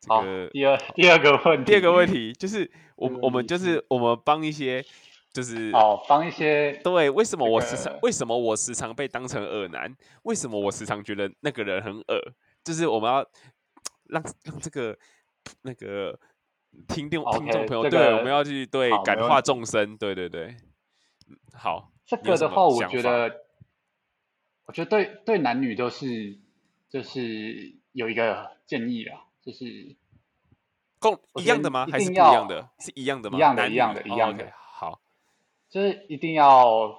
[SPEAKER 1] 这
[SPEAKER 2] 好
[SPEAKER 1] 个，
[SPEAKER 2] 第二第二个问题，
[SPEAKER 1] 第二个问题就是我
[SPEAKER 2] 这
[SPEAKER 1] 们
[SPEAKER 2] 个
[SPEAKER 1] 我
[SPEAKER 2] 问
[SPEAKER 1] 们
[SPEAKER 2] 题
[SPEAKER 1] 就是我们帮一些就是
[SPEAKER 2] 嗯哦，帮一些
[SPEAKER 1] 对，为什么
[SPEAKER 2] 这
[SPEAKER 1] 我时常
[SPEAKER 2] 个
[SPEAKER 1] 为什么我时常被当成恶男？为什么我时常觉得那个人很恶？就是我们要让让这个那个听众听众
[SPEAKER 2] OK，
[SPEAKER 1] 朋友
[SPEAKER 2] 这
[SPEAKER 1] 对，我们
[SPEAKER 2] 个
[SPEAKER 1] 要去对
[SPEAKER 2] 好没
[SPEAKER 1] 感
[SPEAKER 2] 问
[SPEAKER 1] 化
[SPEAKER 2] 题
[SPEAKER 1] 众生，对对对，嗯好，
[SPEAKER 2] 这
[SPEAKER 1] 你有
[SPEAKER 2] 个
[SPEAKER 1] 什
[SPEAKER 2] 的
[SPEAKER 1] 么
[SPEAKER 2] 话，我
[SPEAKER 1] 想
[SPEAKER 2] 觉
[SPEAKER 1] 法
[SPEAKER 2] 得，我觉得对对男女都是，就是有一个建议啊，就是一
[SPEAKER 1] 共
[SPEAKER 2] 我
[SPEAKER 1] 一
[SPEAKER 2] 觉
[SPEAKER 1] 样
[SPEAKER 2] 得
[SPEAKER 1] 的吗？
[SPEAKER 2] 一
[SPEAKER 1] 还是不
[SPEAKER 2] 定
[SPEAKER 1] 一样
[SPEAKER 2] 要
[SPEAKER 1] 的？是一样的吗？
[SPEAKER 2] 样的，
[SPEAKER 1] 男
[SPEAKER 2] 一
[SPEAKER 1] 女
[SPEAKER 2] 样的，一
[SPEAKER 1] 哦
[SPEAKER 2] 样
[SPEAKER 1] ，OK，
[SPEAKER 2] 的，
[SPEAKER 1] 好，
[SPEAKER 2] 就是一定要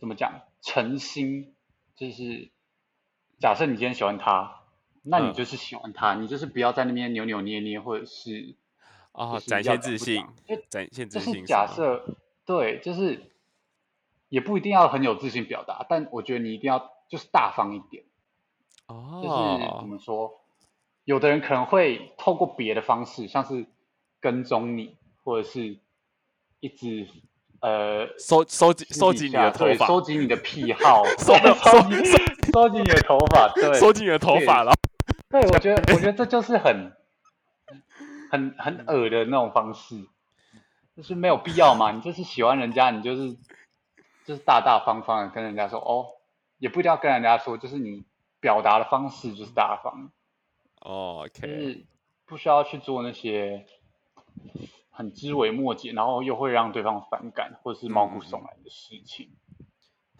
[SPEAKER 2] 怎么讲，诚心，就是假设你今天喜欢他，那你
[SPEAKER 1] 嗯
[SPEAKER 2] 就是喜欢他，你就是不要在那边扭扭捏捏，或者是就
[SPEAKER 1] 哦，
[SPEAKER 2] 是
[SPEAKER 1] 展
[SPEAKER 2] 要
[SPEAKER 1] 现
[SPEAKER 2] 讲
[SPEAKER 1] 自
[SPEAKER 2] 不
[SPEAKER 1] 信
[SPEAKER 2] 讲，就
[SPEAKER 1] 展现
[SPEAKER 2] 就
[SPEAKER 1] 自
[SPEAKER 2] 是
[SPEAKER 1] 信是
[SPEAKER 2] 假
[SPEAKER 1] 吗？
[SPEAKER 2] 设，对，就是也不一定要很有自信表达，但我觉得你一定要就是大方一点，就是怎
[SPEAKER 1] 哦，
[SPEAKER 2] 么说，有的人可能会透过别的方式，像是跟踪你，或者是一直呃
[SPEAKER 1] 收收集
[SPEAKER 2] 私
[SPEAKER 1] 收
[SPEAKER 2] 底
[SPEAKER 1] 集你
[SPEAKER 2] 下
[SPEAKER 1] 的头
[SPEAKER 2] 对
[SPEAKER 1] 发，
[SPEAKER 2] 收集你的癖好，
[SPEAKER 1] 收
[SPEAKER 2] 对
[SPEAKER 1] 收
[SPEAKER 2] 收集收集你的头发，对
[SPEAKER 1] 收集你的头
[SPEAKER 2] 对
[SPEAKER 1] 发，然后
[SPEAKER 2] 对，我觉得我觉得这就是很很很恶的那种方式，就是没有必要 嘛。你就是喜欢人家，你就是就是大大方方的跟人家说哦，也不一定要跟人家说，就是你表达的方式就是大方，
[SPEAKER 1] 哦
[SPEAKER 2] 就
[SPEAKER 1] ，OK，
[SPEAKER 2] 是不需要去做那些很枝微末节，然后又会让对方反感或者是毛
[SPEAKER 1] 嗯
[SPEAKER 2] 骨
[SPEAKER 1] 嗯嗯
[SPEAKER 2] 悚然的事情。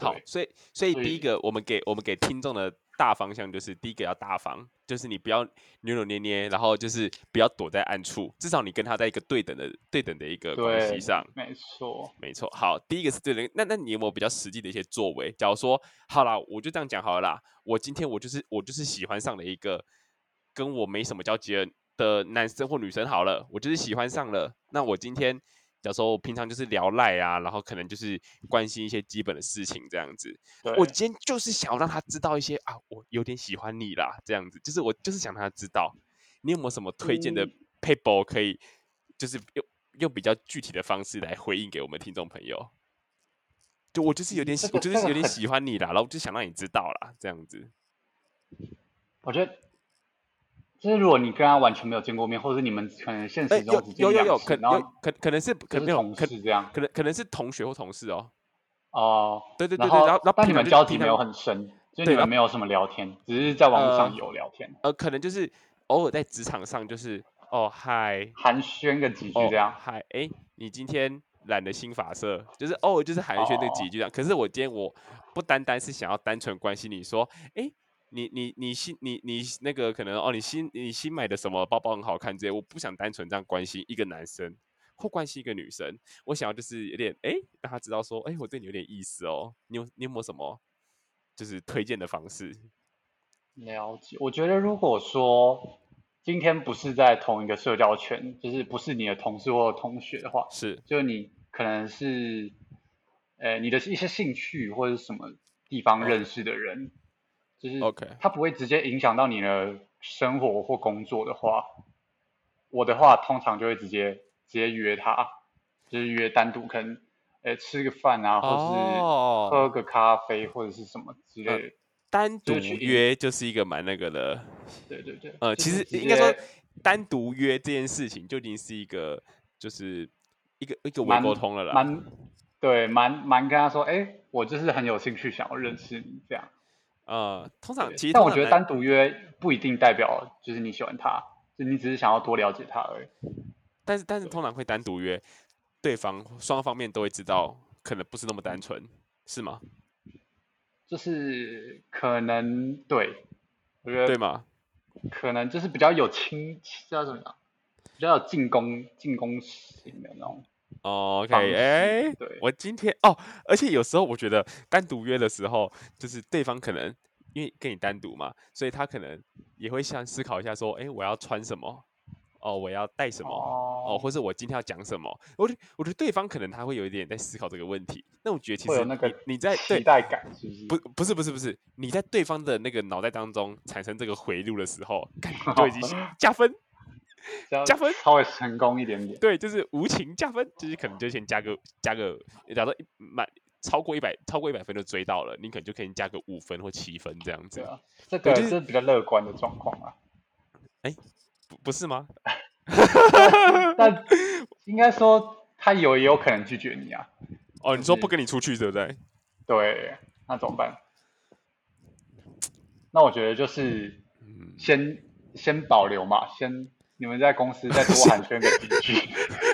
[SPEAKER 1] 好，
[SPEAKER 2] 对，
[SPEAKER 1] 所以所以
[SPEAKER 2] 所
[SPEAKER 1] 第一
[SPEAKER 2] 以
[SPEAKER 1] 个，我们给我们给听众的大方向就是，第一个要大方，就是你不要扭扭捏捏，然后就是不要躲在暗处，至少你跟他在一个对等的对等的一个关系
[SPEAKER 2] 对，
[SPEAKER 1] 上。
[SPEAKER 2] 没错，
[SPEAKER 1] 没错，好，第一个是对人，那那你有没有比较实际的一些作为？假如说，好啦，我就这样讲好了啦，我今天我就是我就是喜欢上了一个跟我没什么交集的的男生或女生，好了，我就是喜欢上了。那我今天，假如说我平常就是聊赖啊，然后可能就是关心一些基本的事情这样子。我
[SPEAKER 2] 对，
[SPEAKER 1] 今天就是想要让他知道一些啊，我有点喜欢你啦，这样子，就是我就是想让他知道。你有没有什么推荐的
[SPEAKER 2] 嗯。
[SPEAKER 1] 配 a 可以，就是用用比较具体的方式来回应给我们听众朋友？就我就是有
[SPEAKER 2] 嗯，
[SPEAKER 1] 点
[SPEAKER 2] 这
[SPEAKER 1] 喜，我
[SPEAKER 2] 个
[SPEAKER 1] 就
[SPEAKER 2] 这
[SPEAKER 1] 是
[SPEAKER 2] 个
[SPEAKER 1] 有点
[SPEAKER 2] 很，
[SPEAKER 1] 喜欢你啦，然后就想让你知道啦，这样子。
[SPEAKER 2] 我觉得就是如果你跟他完全没有见过面，或者你们可能现
[SPEAKER 1] 哎、
[SPEAKER 2] 实中
[SPEAKER 1] 有
[SPEAKER 2] 只见
[SPEAKER 1] 有
[SPEAKER 2] 一
[SPEAKER 1] 有
[SPEAKER 2] 两
[SPEAKER 1] 有，
[SPEAKER 2] 次，
[SPEAKER 1] 可
[SPEAKER 2] 然
[SPEAKER 1] 有
[SPEAKER 2] 后
[SPEAKER 1] 可可能是可
[SPEAKER 2] 就是
[SPEAKER 1] 没有
[SPEAKER 2] 同
[SPEAKER 1] 可
[SPEAKER 2] 事这样
[SPEAKER 1] 可能可能是同学或同事哦。
[SPEAKER 2] 哦、
[SPEAKER 1] 对对对对，然
[SPEAKER 2] 然
[SPEAKER 1] 后
[SPEAKER 2] 后
[SPEAKER 1] 然后平
[SPEAKER 2] 但你
[SPEAKER 1] 常
[SPEAKER 2] 们
[SPEAKER 1] 就
[SPEAKER 2] 交集
[SPEAKER 1] 平
[SPEAKER 2] 没
[SPEAKER 1] 常
[SPEAKER 2] 有很深，
[SPEAKER 1] 对，
[SPEAKER 2] 就是
[SPEAKER 1] 啊
[SPEAKER 2] 你
[SPEAKER 1] 然后
[SPEAKER 2] 们没有什么聊天，只是在网络上
[SPEAKER 1] 呃
[SPEAKER 2] 有聊天，
[SPEAKER 1] 呃，可能就是偶尔在职场上就是哦嗨
[SPEAKER 2] 寒暄个几句
[SPEAKER 1] 哦
[SPEAKER 2] 这样。
[SPEAKER 1] 嗨哎，你今天染了新发色，就是偶尔就是寒暄这几
[SPEAKER 2] 哦、
[SPEAKER 1] 句这样。可是我今天我不单单是想要单纯关心你说，哎。你你你新你你那个可能哦，你新你新买的什么包包很好看这些，我不想单纯这样关心一个男生或关心一个女生，我想要就是有点哎，让他知道说，哎，我对你有点意思哦。你有你有没有什么就是推荐的方式？
[SPEAKER 2] 了解。我觉得如果说今天不是在同一个社交圈，就是不是你的同事或同学的话，
[SPEAKER 1] 是
[SPEAKER 2] 就你可能是呃你的一些兴趣或者是什么地方
[SPEAKER 1] 哦
[SPEAKER 2] 认识的人，就是
[SPEAKER 1] ，OK，
[SPEAKER 2] 它不会直接影响到你的生活或工作的话，我的话通常就会直接直接约他，就是约单独可能呃吃个饭啊，或者是
[SPEAKER 1] 哦，
[SPEAKER 2] 喝个咖啡或者是什么之
[SPEAKER 1] 嗯
[SPEAKER 2] 类的。
[SPEAKER 1] 单独
[SPEAKER 2] 就是去应
[SPEAKER 1] 约就是一个蛮那个的，
[SPEAKER 2] 对对对，
[SPEAKER 1] 呃，
[SPEAKER 2] 就
[SPEAKER 1] 其
[SPEAKER 2] 是
[SPEAKER 1] 实
[SPEAKER 2] 直
[SPEAKER 1] 应该说
[SPEAKER 2] 接
[SPEAKER 1] 单独约这件事情就已经是一个就是一个一个伪
[SPEAKER 2] 蛮
[SPEAKER 1] 沟通了啦。
[SPEAKER 2] 蛮对蛮蛮跟他说，哎，我就是很有兴趣想要认识你这样。
[SPEAKER 1] 呃，通常
[SPEAKER 2] 对
[SPEAKER 1] 其实
[SPEAKER 2] 但
[SPEAKER 1] 通
[SPEAKER 2] 我
[SPEAKER 1] 常
[SPEAKER 2] 觉得
[SPEAKER 1] 男
[SPEAKER 2] 单独约不一定代表就是你喜欢他，就你只是想要多了解他而已。
[SPEAKER 1] 但是但是通常会单独约，对方双方面都会知道，可能不是那么
[SPEAKER 2] 嗯
[SPEAKER 1] 单纯，是吗？
[SPEAKER 2] 就是可能对，我觉
[SPEAKER 1] 对
[SPEAKER 2] 得
[SPEAKER 1] 吗？
[SPEAKER 2] 可能就是比较有侵叫什么讲，比较有进攻进攻型的那种。
[SPEAKER 1] 哦
[SPEAKER 2] 方
[SPEAKER 1] ，OK，
[SPEAKER 2] 式
[SPEAKER 1] 哎、
[SPEAKER 2] 对
[SPEAKER 1] 我今天哦，而且有时候我觉得单独约的时候，就是对方可能因为跟你单独嘛，所以他可能也会想思考一下，说，哎、我要穿什么？哦，我要带什么？哦，
[SPEAKER 2] 哦，
[SPEAKER 1] 或者我今天要讲什么？我觉得我觉得对方可能他会有一点在思考这个问题。那我觉得其
[SPEAKER 2] 会
[SPEAKER 1] 实
[SPEAKER 2] 有那个
[SPEAKER 1] 你你在对
[SPEAKER 2] 期待感是不是？
[SPEAKER 1] 不不是不是不是，你在对方的那个脑袋当中产生这个回路的时候，看你就已 经加分，
[SPEAKER 2] 只要
[SPEAKER 1] 加分
[SPEAKER 2] 稍微成功一点点。
[SPEAKER 1] 对，就是无情加分，就是可能就先加个加个，假如说一满超过一百超过一百分就追到了，你可能就可以加个五分或七分这样子
[SPEAKER 2] 对，啊，这个
[SPEAKER 1] 就是是
[SPEAKER 2] 是比较乐观的状况啊。
[SPEAKER 1] 不不是吗？
[SPEAKER 2] 但应该说他有也有可能拒绝你啊。
[SPEAKER 1] 哦，你说不
[SPEAKER 2] 是
[SPEAKER 1] 跟你出去对不对？
[SPEAKER 2] 对，那怎么办？那我觉得就是
[SPEAKER 1] 嗯，
[SPEAKER 2] 先先保留嘛，先你们在公司再多寒暄个几 句，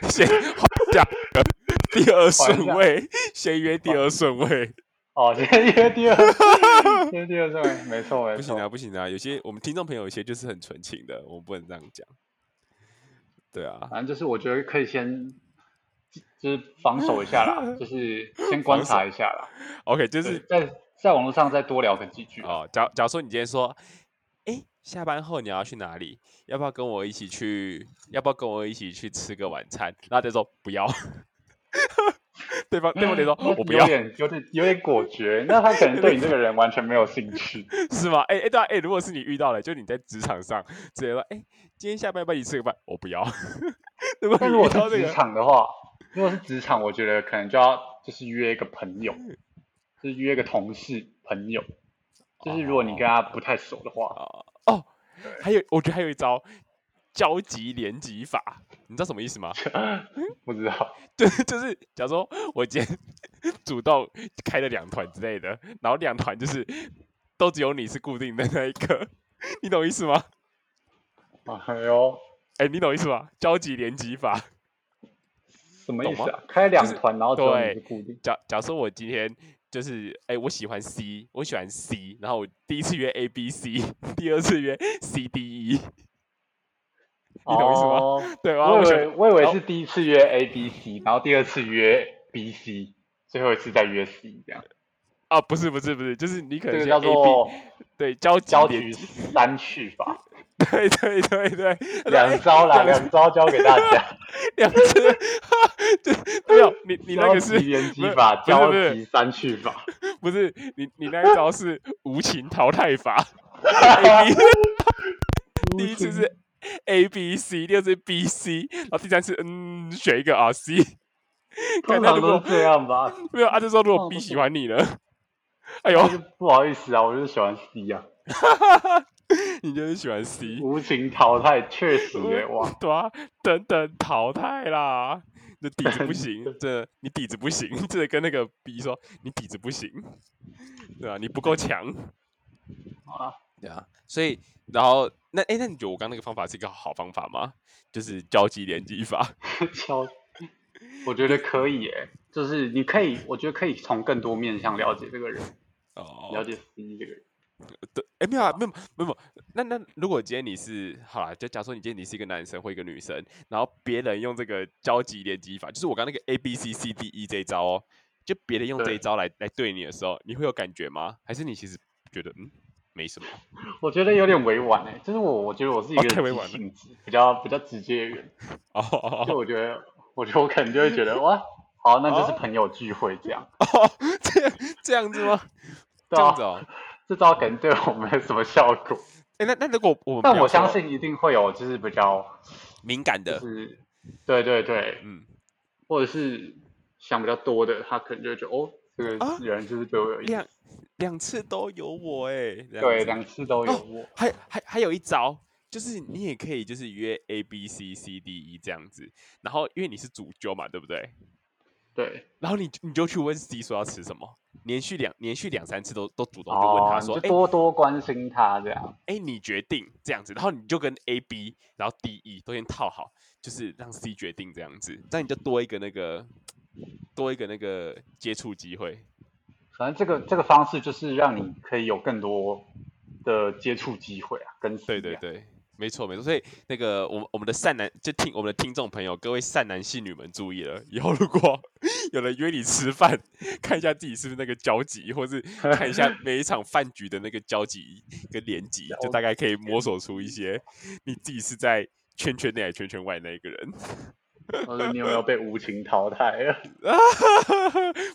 [SPEAKER 1] 先换价格，第二顺
[SPEAKER 2] 价
[SPEAKER 1] 位，先约第二顺位。
[SPEAKER 2] 哦，先约第二，约第二顺位，没错没
[SPEAKER 1] 不行啊，
[SPEAKER 2] 错，
[SPEAKER 1] 不行啊！有些我们听众朋友有些就是很纯情的，我们不能这样讲。对啊，
[SPEAKER 2] 反正就是我觉得可以先就是防守一下啦，就是先观
[SPEAKER 1] 防
[SPEAKER 2] 察
[SPEAKER 1] 守
[SPEAKER 2] 一下啦，
[SPEAKER 1] OK，就
[SPEAKER 2] 对，
[SPEAKER 1] 是
[SPEAKER 2] 在在网络上再多聊个几句啊，
[SPEAKER 1] 哦，假假如说你今天说，哎，下班后你要去哪里？要不要跟我一起去？要不要跟我一起去吃个晚餐？然后他就说不要， 对方对方得说
[SPEAKER 2] 那
[SPEAKER 1] 我不
[SPEAKER 2] 嗯有
[SPEAKER 1] 要，
[SPEAKER 2] 点有点有点果决，那他可能对你这个人完全没有兴趣。
[SPEAKER 1] 是吗？哎哎，对啊，哎，如果是你遇到了，就你在职场上直接说，哎，今天下班要不要一起吃个饭？我不要。 如果
[SPEAKER 2] 但
[SPEAKER 1] 你
[SPEAKER 2] 如果
[SPEAKER 1] 遇
[SPEAKER 2] 是
[SPEAKER 1] 到这
[SPEAKER 2] 职
[SPEAKER 1] 个，
[SPEAKER 2] 场的话，如果是职场，我觉得可能就要就是约一个朋友，就是约一个同事朋友，就是如果你跟他不太熟的话，
[SPEAKER 1] 啊哦，还有我觉得还有一招交集连集法，你知道什么意思吗？
[SPEAKER 2] 不知道
[SPEAKER 1] 就是就是，假如说我今天 主动开了两团之类的，然后两团就是都只有你是固定的那一个，你懂意思吗？
[SPEAKER 2] 哎呦
[SPEAKER 1] 哎、你懂意思吗？交集连集法。
[SPEAKER 2] 什么意
[SPEAKER 1] 懂
[SPEAKER 2] 思
[SPEAKER 1] 吗
[SPEAKER 2] 啊？开两
[SPEAKER 1] 就是
[SPEAKER 2] 团，然后只有你
[SPEAKER 1] 对
[SPEAKER 2] 是固定，
[SPEAKER 1] 假假设我今天就是哎、我喜欢 C，我喜欢 C，然后我第一次约 A B C，第二次约 C D E，你懂意思吗
[SPEAKER 2] 哦，
[SPEAKER 1] 对吧？
[SPEAKER 2] 我
[SPEAKER 1] 我
[SPEAKER 2] 以
[SPEAKER 1] 选
[SPEAKER 2] 为我以为
[SPEAKER 1] 然后
[SPEAKER 2] 是第一次约 A B C，然后第二次约 B C，最后一次再约 C 这样，
[SPEAKER 1] 啊，不是不是不是，就是你可能
[SPEAKER 2] 这个
[SPEAKER 1] 先
[SPEAKER 2] 叫
[SPEAKER 1] A B
[SPEAKER 2] 做
[SPEAKER 1] 对交集
[SPEAKER 2] 交
[SPEAKER 1] 连
[SPEAKER 2] 局
[SPEAKER 1] 集，
[SPEAKER 2] 三去法，
[SPEAKER 1] 对对对对，他说哎
[SPEAKER 2] 两招啦，
[SPEAKER 1] 两
[SPEAKER 2] 两招教给大家，
[SPEAKER 1] 两只，就没有你 你那
[SPEAKER 2] 交
[SPEAKER 1] 个
[SPEAKER 2] 集
[SPEAKER 1] 是
[SPEAKER 2] 连
[SPEAKER 1] 不
[SPEAKER 2] 击
[SPEAKER 1] 是
[SPEAKER 2] 法，
[SPEAKER 1] 不是
[SPEAKER 2] 交
[SPEAKER 1] 不是
[SPEAKER 2] 集三去法。
[SPEAKER 1] 不是你你那一招是无情淘汰法，A B 第一次是 A B C，第二次是 B C，然后第三次嗯选一个啊 C，看
[SPEAKER 2] 通
[SPEAKER 1] 他如
[SPEAKER 2] 常都
[SPEAKER 1] 果
[SPEAKER 2] 是这样吧，
[SPEAKER 1] 没有，他啊就说如果
[SPEAKER 2] 哦
[SPEAKER 1] B
[SPEAKER 2] 不
[SPEAKER 1] 喜
[SPEAKER 2] 是
[SPEAKER 1] 欢你了，哎呦
[SPEAKER 2] 但，是不好意思啊，我就是喜欢 C 啊，
[SPEAKER 1] 你就是喜欢 C，
[SPEAKER 2] 无情淘汰，确实
[SPEAKER 1] 我
[SPEAKER 2] 耶，哇，
[SPEAKER 1] 对啊，等等淘汰啦，你的底子不行，这你底子不行，这个跟那个 B 说你底子不行，对啊，你不够强。
[SPEAKER 2] 啊，
[SPEAKER 1] 对啊，所以然后那哎，那你觉得我刚那个方法是一个好方法吗？就是交集联机法。
[SPEAKER 2] 敲，我觉得可以耶，就是你可以，我觉得可以从更多面向了解这个人，了
[SPEAKER 1] 哦，
[SPEAKER 2] 解 C 这个人，
[SPEAKER 1] 对，哎，没有啊，没有没有，没有那那如果今天你是好啦，就假如说你今天你是一个男生或一个女生，然后别人用这个交集联机法，就是我刚那个 A B C C D E 这一招哦，就别人用这一
[SPEAKER 2] 对
[SPEAKER 1] 招来来对你的时候，你会有感觉吗？还是你其实觉得嗯没什么？
[SPEAKER 2] 我觉得有点委婉哎，就是我，我觉得我是一
[SPEAKER 1] 哦
[SPEAKER 2] 个
[SPEAKER 1] 太委
[SPEAKER 2] 急
[SPEAKER 1] 婉了
[SPEAKER 2] 性子，比较比较直接的人，
[SPEAKER 1] 哦哦哦
[SPEAKER 2] 就我觉得，我觉得我可能就会觉得哇，好，那就是
[SPEAKER 1] 哦
[SPEAKER 2] 朋友聚会这样，
[SPEAKER 1] 哦哦，这样这样子吗？这
[SPEAKER 2] 对
[SPEAKER 1] 样
[SPEAKER 2] 啊
[SPEAKER 1] 子，哦。
[SPEAKER 2] 这招可能对我没有什么效果，
[SPEAKER 1] 哎，那那如果我们
[SPEAKER 2] 但
[SPEAKER 1] 比方
[SPEAKER 2] 我相
[SPEAKER 1] 说
[SPEAKER 2] 信一定会有，就是比较。
[SPEAKER 1] 敏感
[SPEAKER 2] 就
[SPEAKER 1] 的，
[SPEAKER 2] 是对对对，
[SPEAKER 1] 嗯，
[SPEAKER 2] 或者是想比较多的，他可能就会觉得哦，这
[SPEAKER 1] 啊
[SPEAKER 2] 个人就是对我有意思。
[SPEAKER 1] 两两次都有我哎、这样
[SPEAKER 2] 对，
[SPEAKER 1] 子
[SPEAKER 2] 两次都有我。
[SPEAKER 1] 还还还有一招，就是你也可以就是约 A B C C D E 这样子，然后因为你是主揪嘛，对不对？
[SPEAKER 2] 对，
[SPEAKER 1] 然后你你就去问 C 说要吃什么，连续两连续两三次都都主动就问
[SPEAKER 2] 哦
[SPEAKER 1] 他，
[SPEAKER 2] 你
[SPEAKER 1] 说，
[SPEAKER 2] 就
[SPEAKER 1] 哎、
[SPEAKER 2] 多多关心他这样。
[SPEAKER 1] 哎、你决定这样子，然后你就跟 A B 然后 D E 都先套好，就是让 C 决定这样子，这样你就多一个那个多一个那个接触机会。
[SPEAKER 2] 反正这个这个方式就是让你可以有更多的接触机会啊，跟
[SPEAKER 1] 对
[SPEAKER 2] C
[SPEAKER 1] 对
[SPEAKER 2] 啊，
[SPEAKER 1] 对，没错没错。所以那个我们我们的善男就听我们的听众朋友，各位善男信女们注意了，以后如果 有人约你吃饭，看一下自己是不是那个交集，或是看一下每一场饭局的那个交集跟连集，就大概可以摸索出一些你自己是在圈圈内还是圈圈外那一个人。
[SPEAKER 2] 或者你有没有被无情淘汰了？
[SPEAKER 1] 啊！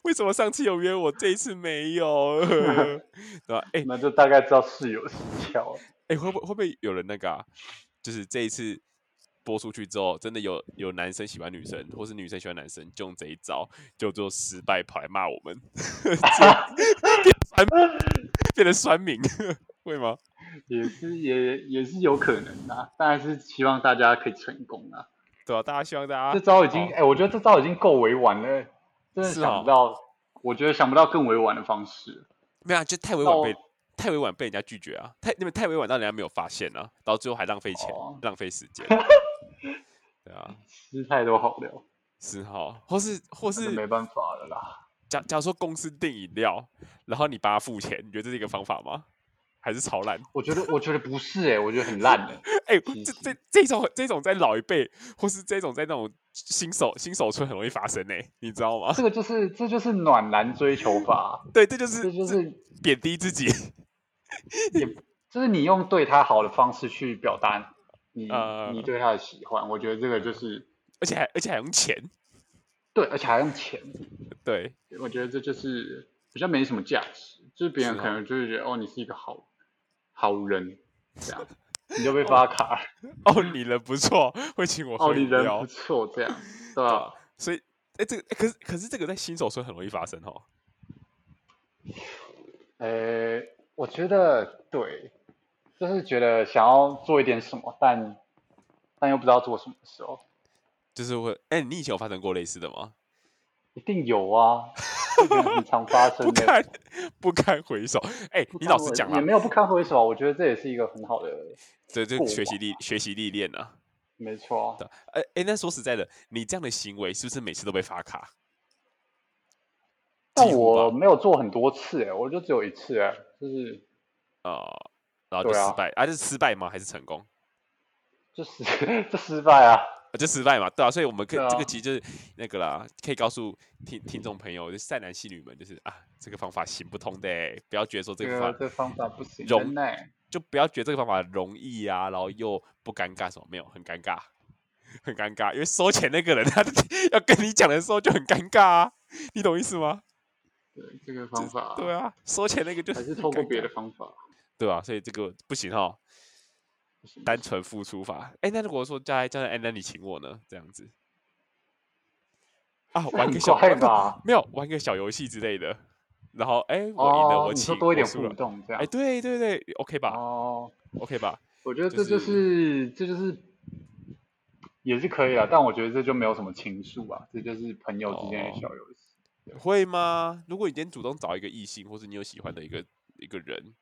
[SPEAKER 1] 为什么上次有约我，这一次没有？ 对吧？ 哎、
[SPEAKER 2] 那就大概知道事有蹊跷了。
[SPEAKER 1] 哎、会不会会不会有人那个、啊，就是这一次播出去之后，真的有有男生喜欢女生，或是女生喜欢男生，就用这一招，就做失败跑来骂我们， 变成酸民， 会吗？
[SPEAKER 2] 也是也也是有可能的、啊，当然是希望大家可以成功啊。
[SPEAKER 1] 对啊，大家希望大
[SPEAKER 2] 这
[SPEAKER 1] 家
[SPEAKER 2] 招已经，
[SPEAKER 1] 好
[SPEAKER 2] 哎、我觉得这招已经够委婉了，真的
[SPEAKER 1] 是
[SPEAKER 2] 想
[SPEAKER 1] 哦
[SPEAKER 2] 不到，我觉得想不到更委婉的方式。
[SPEAKER 1] 没有、啊，就太委婉被
[SPEAKER 2] 到
[SPEAKER 1] 太委婉被人家拒绝啊，太你们太委婉让人家没有发现啊，到最后还浪费钱，
[SPEAKER 2] 哦
[SPEAKER 1] 浪费时间。对啊，
[SPEAKER 2] 吃太多好料，
[SPEAKER 1] 是哈，或是或
[SPEAKER 2] 真的
[SPEAKER 1] 是
[SPEAKER 2] 没办法了啦。
[SPEAKER 1] 假假如说公司订饮料，然后你帮他付钱，你觉得这是一个方法吗？还是超烂？
[SPEAKER 2] 我觉得，我觉得不是、哎，我觉得很烂 的、
[SPEAKER 1] 哎、
[SPEAKER 2] 其
[SPEAKER 1] 这
[SPEAKER 2] 实
[SPEAKER 1] 这这种这种在老一辈，或是这种在那种新手新手村很容易发生呢、欸你知道吗？
[SPEAKER 2] 这个就是，这就是暖男追求法，
[SPEAKER 1] 对，这就是
[SPEAKER 2] 这就
[SPEAKER 1] 这
[SPEAKER 2] 是，
[SPEAKER 1] 贬低自己，
[SPEAKER 2] 就是你用对他好的方式去表达你、
[SPEAKER 1] 呃
[SPEAKER 2] 你对他的喜欢。我觉得这个就是
[SPEAKER 1] 而且还而且还用钱，
[SPEAKER 2] 对，而且还用钱，
[SPEAKER 1] 对，
[SPEAKER 2] 我觉得这就是比较没什么价值，就是别人
[SPEAKER 1] 是哦
[SPEAKER 2] 可能就是觉得哦，你是一个好好人，这样你就被发卡，
[SPEAKER 1] 哦，你人不错，会请我
[SPEAKER 2] 哦，
[SPEAKER 1] 喝
[SPEAKER 2] 你
[SPEAKER 1] 饮
[SPEAKER 2] 人
[SPEAKER 1] 料，
[SPEAKER 2] 不错，这样
[SPEAKER 1] 对
[SPEAKER 2] 对吧
[SPEAKER 1] 啊？所以哎、这个、哎可是可是这个在新手村很容易发生哦，
[SPEAKER 2] 呃，我觉得对，就是觉得想要做一点什么，但但又不知道做什么的时候，
[SPEAKER 1] 就是会哎、你以前有发生过类似的吗？
[SPEAKER 2] 一定有啊，这个很常发
[SPEAKER 1] 不
[SPEAKER 2] 生的。
[SPEAKER 1] 堪不堪回首，哎、
[SPEAKER 2] 不
[SPEAKER 1] 你
[SPEAKER 2] 堪
[SPEAKER 1] 老实
[SPEAKER 2] 回
[SPEAKER 1] 讲
[SPEAKER 2] 也
[SPEAKER 1] 啦，
[SPEAKER 2] 没有不堪回首啊，我觉得这也是一个很好的，
[SPEAKER 1] 这这
[SPEAKER 2] 过
[SPEAKER 1] 学习
[SPEAKER 2] 往
[SPEAKER 1] 历学习历练啊，
[SPEAKER 2] 没错啊。
[SPEAKER 1] 对啊，哎、哎、那说实在的，你这样的行为是不是每次都被发卡？
[SPEAKER 2] 但
[SPEAKER 1] 几乎吧
[SPEAKER 2] 我没有做很多次、欸，我就只有一次、欸，就是
[SPEAKER 1] 呃，然后就
[SPEAKER 2] 对啊
[SPEAKER 1] 失败，啊，这是失败吗？还是成功？
[SPEAKER 2] 就失 就失败啊，
[SPEAKER 1] 啊就失败嘛，对啊，所以我们可以、
[SPEAKER 2] 对
[SPEAKER 1] 这
[SPEAKER 2] 啊
[SPEAKER 1] 个其实就是那个啦，可以告诉听听众朋友，就是善男信女们，就是啊，这个方法行不通的欸、不要觉得说这
[SPEAKER 2] 这
[SPEAKER 1] 个
[SPEAKER 2] 个
[SPEAKER 1] 方
[SPEAKER 2] 这方法不行，
[SPEAKER 1] 容
[SPEAKER 2] 人呢、
[SPEAKER 1] 就不要觉得这个方法容易啊，然后又不尴尬什么，没有，很尴尬，很尴尬，因为收钱那个人 他要跟你讲的时候就很尴尬啊，你懂意思吗？
[SPEAKER 2] 对这个方法，
[SPEAKER 1] 对啊，收钱那个就
[SPEAKER 2] 还是
[SPEAKER 1] 很
[SPEAKER 2] 透过
[SPEAKER 1] 尴
[SPEAKER 2] 别
[SPEAKER 1] 尬
[SPEAKER 2] 的方法，
[SPEAKER 1] 对啊，所以这个不行哦，
[SPEAKER 2] 不行
[SPEAKER 1] 单纯付出法。哎、那如果说将来将来，哎、那你请我呢？这样子啊，玩
[SPEAKER 2] 很
[SPEAKER 1] 个小
[SPEAKER 2] 怪
[SPEAKER 1] 玩个
[SPEAKER 2] 吧？
[SPEAKER 1] 没有玩个小游戏之类的，然后哎、我赢了，
[SPEAKER 2] 哦
[SPEAKER 1] 我，
[SPEAKER 2] 你说
[SPEAKER 1] 请，
[SPEAKER 2] 多
[SPEAKER 1] 我
[SPEAKER 2] 一点
[SPEAKER 1] 输
[SPEAKER 2] 互
[SPEAKER 1] 了，
[SPEAKER 2] 动这
[SPEAKER 1] 哎、
[SPEAKER 2] 样，
[SPEAKER 1] 对对对，OK 吧、
[SPEAKER 2] 哦，
[SPEAKER 1] o k 吧，
[SPEAKER 2] 我觉得
[SPEAKER 1] 就
[SPEAKER 2] 这就是这就是也是可以了，但我觉得这就没有什么情愫啊，这就是朋友之间的
[SPEAKER 1] 哦
[SPEAKER 2] 小游戏。
[SPEAKER 1] 会吗？如果你今天主动找一个异性，或是你有喜欢的一个一个人，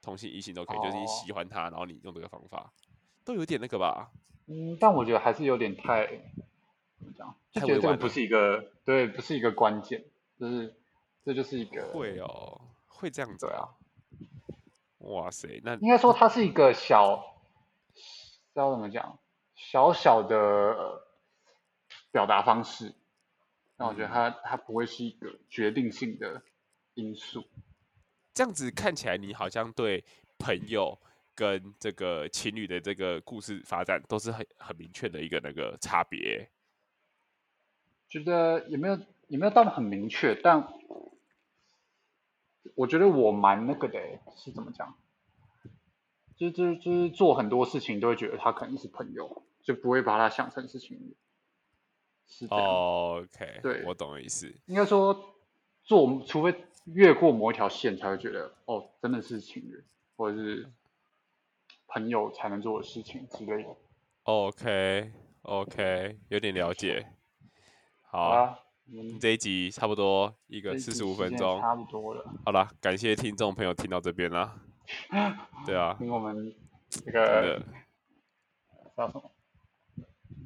[SPEAKER 1] 同性异性都可以，就是你
[SPEAKER 2] 哦
[SPEAKER 1] 喜欢他，然后你用这个方法，都有点那个吧？
[SPEAKER 2] 嗯，但我觉得还是有点太怎么讲，就
[SPEAKER 1] 太
[SPEAKER 2] 觉得
[SPEAKER 1] 委
[SPEAKER 2] 这个
[SPEAKER 1] 婉
[SPEAKER 2] 不
[SPEAKER 1] 了
[SPEAKER 2] 是一个对，不是一个关键，就是这就是一个
[SPEAKER 1] 会哦，会这样子
[SPEAKER 2] 对啊，
[SPEAKER 1] 哇塞，那
[SPEAKER 2] 应该说它是一个小，要怎么讲，小小的呃表达方式，但我觉得
[SPEAKER 1] 嗯
[SPEAKER 2] 它它不会是一个决定性的因素。
[SPEAKER 1] 这样子看起来，你好像对朋友跟这个情侣的这个故事发展都是很很明确的一个那个差别。
[SPEAKER 2] 觉得也没有也没有到很明确，但我觉得我蛮那个的欸，是怎么讲？就是就是就是做很多事情都会觉得他可能是朋友，就不会把他想成是情侣，是这样。
[SPEAKER 1] OK，
[SPEAKER 2] 哦对
[SPEAKER 1] 我懂了意思。
[SPEAKER 2] 应该说做，除非越过某一条线，才会觉得哦，真的是情人或者是朋友才能做的事情之类的。
[SPEAKER 1] OK OK，有点了解。
[SPEAKER 2] 好
[SPEAKER 1] 好，
[SPEAKER 2] 啊，我们
[SPEAKER 1] 这一集差不多一
[SPEAKER 2] 这
[SPEAKER 1] 个
[SPEAKER 2] 一
[SPEAKER 1] 四
[SPEAKER 2] 集
[SPEAKER 1] 十五
[SPEAKER 2] 时
[SPEAKER 1] 分
[SPEAKER 2] 间也
[SPEAKER 1] 钟。
[SPEAKER 2] 差不多了。
[SPEAKER 1] 好啦，感谢听众朋友听到这边 啦。对啊，
[SPEAKER 2] 听我们这
[SPEAKER 1] 真
[SPEAKER 2] 个
[SPEAKER 1] 的
[SPEAKER 2] 叫什么？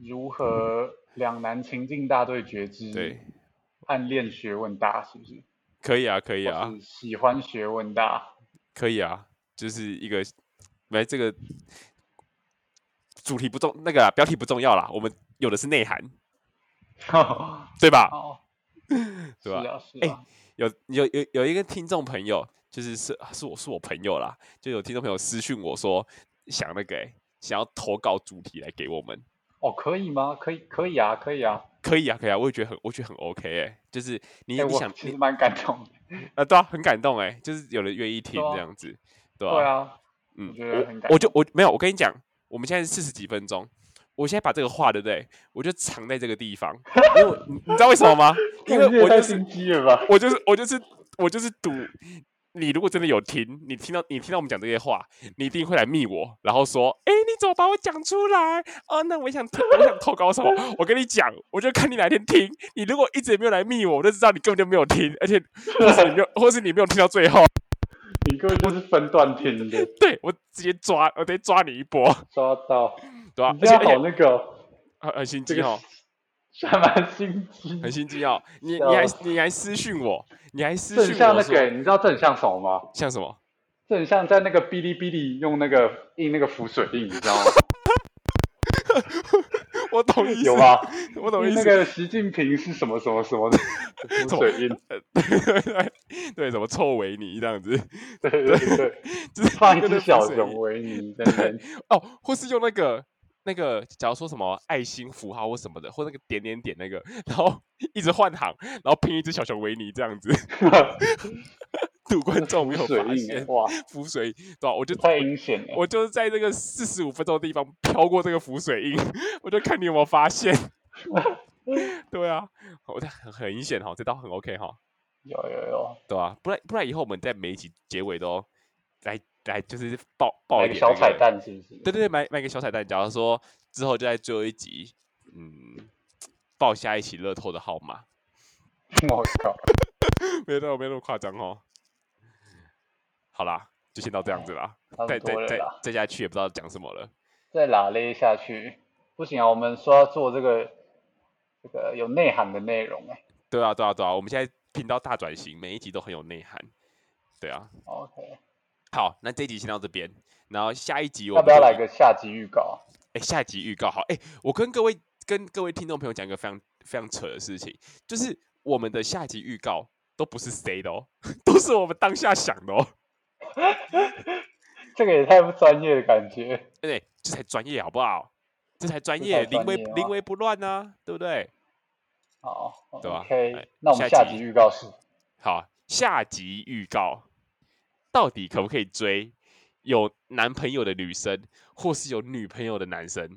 [SPEAKER 2] 如何两难情境大对决之
[SPEAKER 1] 对，
[SPEAKER 2] 暗恋学问大，是不是？
[SPEAKER 1] 可以啊，可以啊
[SPEAKER 2] 或，是喜欢学问大，
[SPEAKER 1] 可以啊，就是一个来这个主题不重，那个啊标题不重要啦，我们有的是内涵，
[SPEAKER 2] 好，
[SPEAKER 1] 对吧？
[SPEAKER 2] 是
[SPEAKER 1] 对吧
[SPEAKER 2] 啊，是
[SPEAKER 1] 哎
[SPEAKER 2] 啊，
[SPEAKER 1] 有有有有一个听众朋友，就是是是我是我朋友啦，就有听众朋友私讯我说想那个、欸、想要投稿主题来给我们，
[SPEAKER 2] 哦，可以吗？可以，可以啊，可以啊。
[SPEAKER 1] 可以啊，可以啊，我也觉得很我觉得很 OK 哎、就是你、你
[SPEAKER 2] 哎，我
[SPEAKER 1] 想
[SPEAKER 2] 其
[SPEAKER 1] 你
[SPEAKER 2] 实蛮感动的。
[SPEAKER 1] 啊对啊，很感动哎、就是有人愿意听
[SPEAKER 2] 啊
[SPEAKER 1] 这样子，对吧、
[SPEAKER 2] 对啊，
[SPEAKER 1] 嗯，
[SPEAKER 2] 觉得很
[SPEAKER 1] 我
[SPEAKER 2] 感
[SPEAKER 1] 我就我没有，我跟你讲，我们现在四十几分钟，我现在把这个话对不对？我就藏在这个地方，因为我你你知道为什么吗？因为
[SPEAKER 2] 干你也
[SPEAKER 1] 我
[SPEAKER 2] 太
[SPEAKER 1] 就是
[SPEAKER 2] 心机了吧？
[SPEAKER 1] 我就是我就是我就是赌，你如果真的有听，你听到你听到我们讲这些话，你一定会来密我，然后说，哎、你怎么把我讲出来？哦，那我想听，我想投稿什么？我跟你讲，我就看你哪天听。你如果一直也没有来密我，我就知道你根本就没有听，而且或是你没有，或是你没有听到最后。
[SPEAKER 2] 你根本就是分段听的，
[SPEAKER 1] 对我直接抓，我直接抓你一波，
[SPEAKER 2] 抓到。
[SPEAKER 1] 对吧、
[SPEAKER 2] 你
[SPEAKER 1] 而且
[SPEAKER 2] 这样
[SPEAKER 1] 啊而且
[SPEAKER 2] 好那个哦，
[SPEAKER 1] 很很心
[SPEAKER 2] 这
[SPEAKER 1] 机
[SPEAKER 2] 个
[SPEAKER 1] 哦，
[SPEAKER 2] 是还蛮心机，
[SPEAKER 1] 很心机 哦。你你还
[SPEAKER 2] 笑
[SPEAKER 1] 你还私讯我，你还私
[SPEAKER 2] 这很
[SPEAKER 1] 讯
[SPEAKER 2] 像
[SPEAKER 1] 我
[SPEAKER 2] 那
[SPEAKER 1] 说
[SPEAKER 2] 个，欸你知道这很像什么吗？
[SPEAKER 1] 像什 么？
[SPEAKER 2] 这很像在那个哔哩哔哩用那个印那个浮水印，你知 道吗？
[SPEAKER 1] 我懂意思，
[SPEAKER 2] 有？吧？
[SPEAKER 1] 我懂意
[SPEAKER 2] 印
[SPEAKER 1] 思
[SPEAKER 2] 那。个习近平是什么什么 什么的浮水印，
[SPEAKER 1] 呃对对对，什么臭维尼这样子，
[SPEAKER 2] 对对对对，
[SPEAKER 1] 就是
[SPEAKER 2] 放一
[SPEAKER 1] 个
[SPEAKER 2] 只
[SPEAKER 1] 那
[SPEAKER 2] 小
[SPEAKER 1] 浮水
[SPEAKER 2] 熊
[SPEAKER 1] 印
[SPEAKER 2] 维尼在那 边，
[SPEAKER 1] 哦，或是用那个那个，假如说什么爱心符号或什么的，或那个点点点那个，然后一直换行，然后拼一只小熊维尼这样子， 赌观众没
[SPEAKER 2] 浮
[SPEAKER 1] 有
[SPEAKER 2] 水
[SPEAKER 1] 发
[SPEAKER 2] 印欸
[SPEAKER 1] 现，
[SPEAKER 2] 哇，
[SPEAKER 1] 浮水对吧、我就
[SPEAKER 2] 太阴险了。
[SPEAKER 1] 我就是在这个四十五分钟的地方飘过这个浮水印，我就看你有没有发 现。对啊，我这很很明显哈，这道很 OK 哈，
[SPEAKER 2] 有有有，
[SPEAKER 1] 对吧、不然不然以后我们在每一集结尾都来来就是爆爆
[SPEAKER 2] 买
[SPEAKER 1] 一
[SPEAKER 2] 个
[SPEAKER 1] 点、
[SPEAKER 2] 小彩，蛋是不是？
[SPEAKER 1] 对对对，买买个小彩蛋。假如说之后就在最后一集，嗯，报下一起乐透的号码，
[SPEAKER 2] 我靠，
[SPEAKER 1] 没有那没有那么夸张哦。好啦，就先到这样子啦，
[SPEAKER 2] 差
[SPEAKER 1] 再
[SPEAKER 2] 不
[SPEAKER 1] 再
[SPEAKER 2] 多了
[SPEAKER 1] 再
[SPEAKER 2] 啦，
[SPEAKER 1] 再下去也不知道讲什么了。
[SPEAKER 2] 再拉勒下去不行啊！我们说要做这个这个有内涵的内容哎。
[SPEAKER 1] 对啊，对啊，对啊，我们现在频道大转型，每一集都很有内涵。对啊，
[SPEAKER 2] OK，
[SPEAKER 1] 好，那这一集先到这边，然后下一集我
[SPEAKER 2] 要
[SPEAKER 1] 们
[SPEAKER 2] 不要
[SPEAKER 1] 就
[SPEAKER 2] 来个下集预告啊？
[SPEAKER 1] 哎，下一集预告好。哎，我跟各位跟各位听众朋友讲一个非常非常扯的事情，就是我们的下集预告都不是谁的哦， 都是我们当下想的哦。
[SPEAKER 2] 这个也太不专业的感觉。
[SPEAKER 1] 对不对，这才专业好不好？这才专
[SPEAKER 2] 这
[SPEAKER 1] 业，
[SPEAKER 2] 才
[SPEAKER 1] 临
[SPEAKER 2] 专
[SPEAKER 1] 危
[SPEAKER 2] 业
[SPEAKER 1] 临
[SPEAKER 2] 啊
[SPEAKER 1] 危不乱啊，对不对？
[SPEAKER 2] 好
[SPEAKER 1] 对吧哎
[SPEAKER 2] ，OK，那我们
[SPEAKER 1] 下
[SPEAKER 2] 下
[SPEAKER 1] 集
[SPEAKER 2] 集预告是
[SPEAKER 1] 好，下集预告，到底可不可以追有男朋友的女生，或是有女朋友的男生？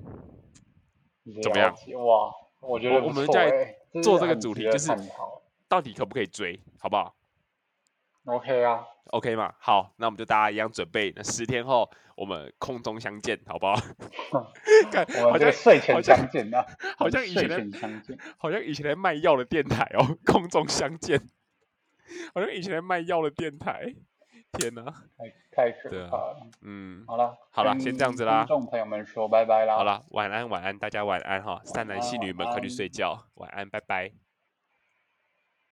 [SPEAKER 1] 怎么样
[SPEAKER 2] 了解？哇，我觉得
[SPEAKER 1] 我我
[SPEAKER 2] 不
[SPEAKER 1] 们
[SPEAKER 2] 错
[SPEAKER 1] 在
[SPEAKER 2] 哎这
[SPEAKER 1] 做
[SPEAKER 2] 是
[SPEAKER 1] 这个
[SPEAKER 2] 很
[SPEAKER 1] 主
[SPEAKER 2] 值
[SPEAKER 1] 题
[SPEAKER 2] 得
[SPEAKER 1] 就是
[SPEAKER 2] 探讨
[SPEAKER 1] 到底可不可以追，好不好
[SPEAKER 2] OK 啊，
[SPEAKER 1] ？OK 嘛？好，那我们就大家一样准备，那十天后我们空中相见，好 不好？看
[SPEAKER 2] 我
[SPEAKER 1] 好
[SPEAKER 2] 们这个
[SPEAKER 1] 像
[SPEAKER 2] 睡前
[SPEAKER 1] 好像
[SPEAKER 2] 相见啊，
[SPEAKER 1] 好
[SPEAKER 2] 我们
[SPEAKER 1] 像以前
[SPEAKER 2] 睡
[SPEAKER 1] 在
[SPEAKER 2] 前相见，
[SPEAKER 1] 好像以前在卖药的电台哦， 空中相见，好像以前在卖药的电台。天哪、
[SPEAKER 2] 太太可
[SPEAKER 1] 对啊
[SPEAKER 2] 怕了。
[SPEAKER 1] 嗯，
[SPEAKER 2] 好了，
[SPEAKER 1] 好啦
[SPEAKER 2] 跟
[SPEAKER 1] 先这样子啦
[SPEAKER 2] 听众朋友们说拜拜啦。
[SPEAKER 1] 好了，晚安，晚安，大家晚安哈，善男信
[SPEAKER 2] 安
[SPEAKER 1] 女们快去
[SPEAKER 2] 晚
[SPEAKER 1] 睡觉，晚安，拜拜。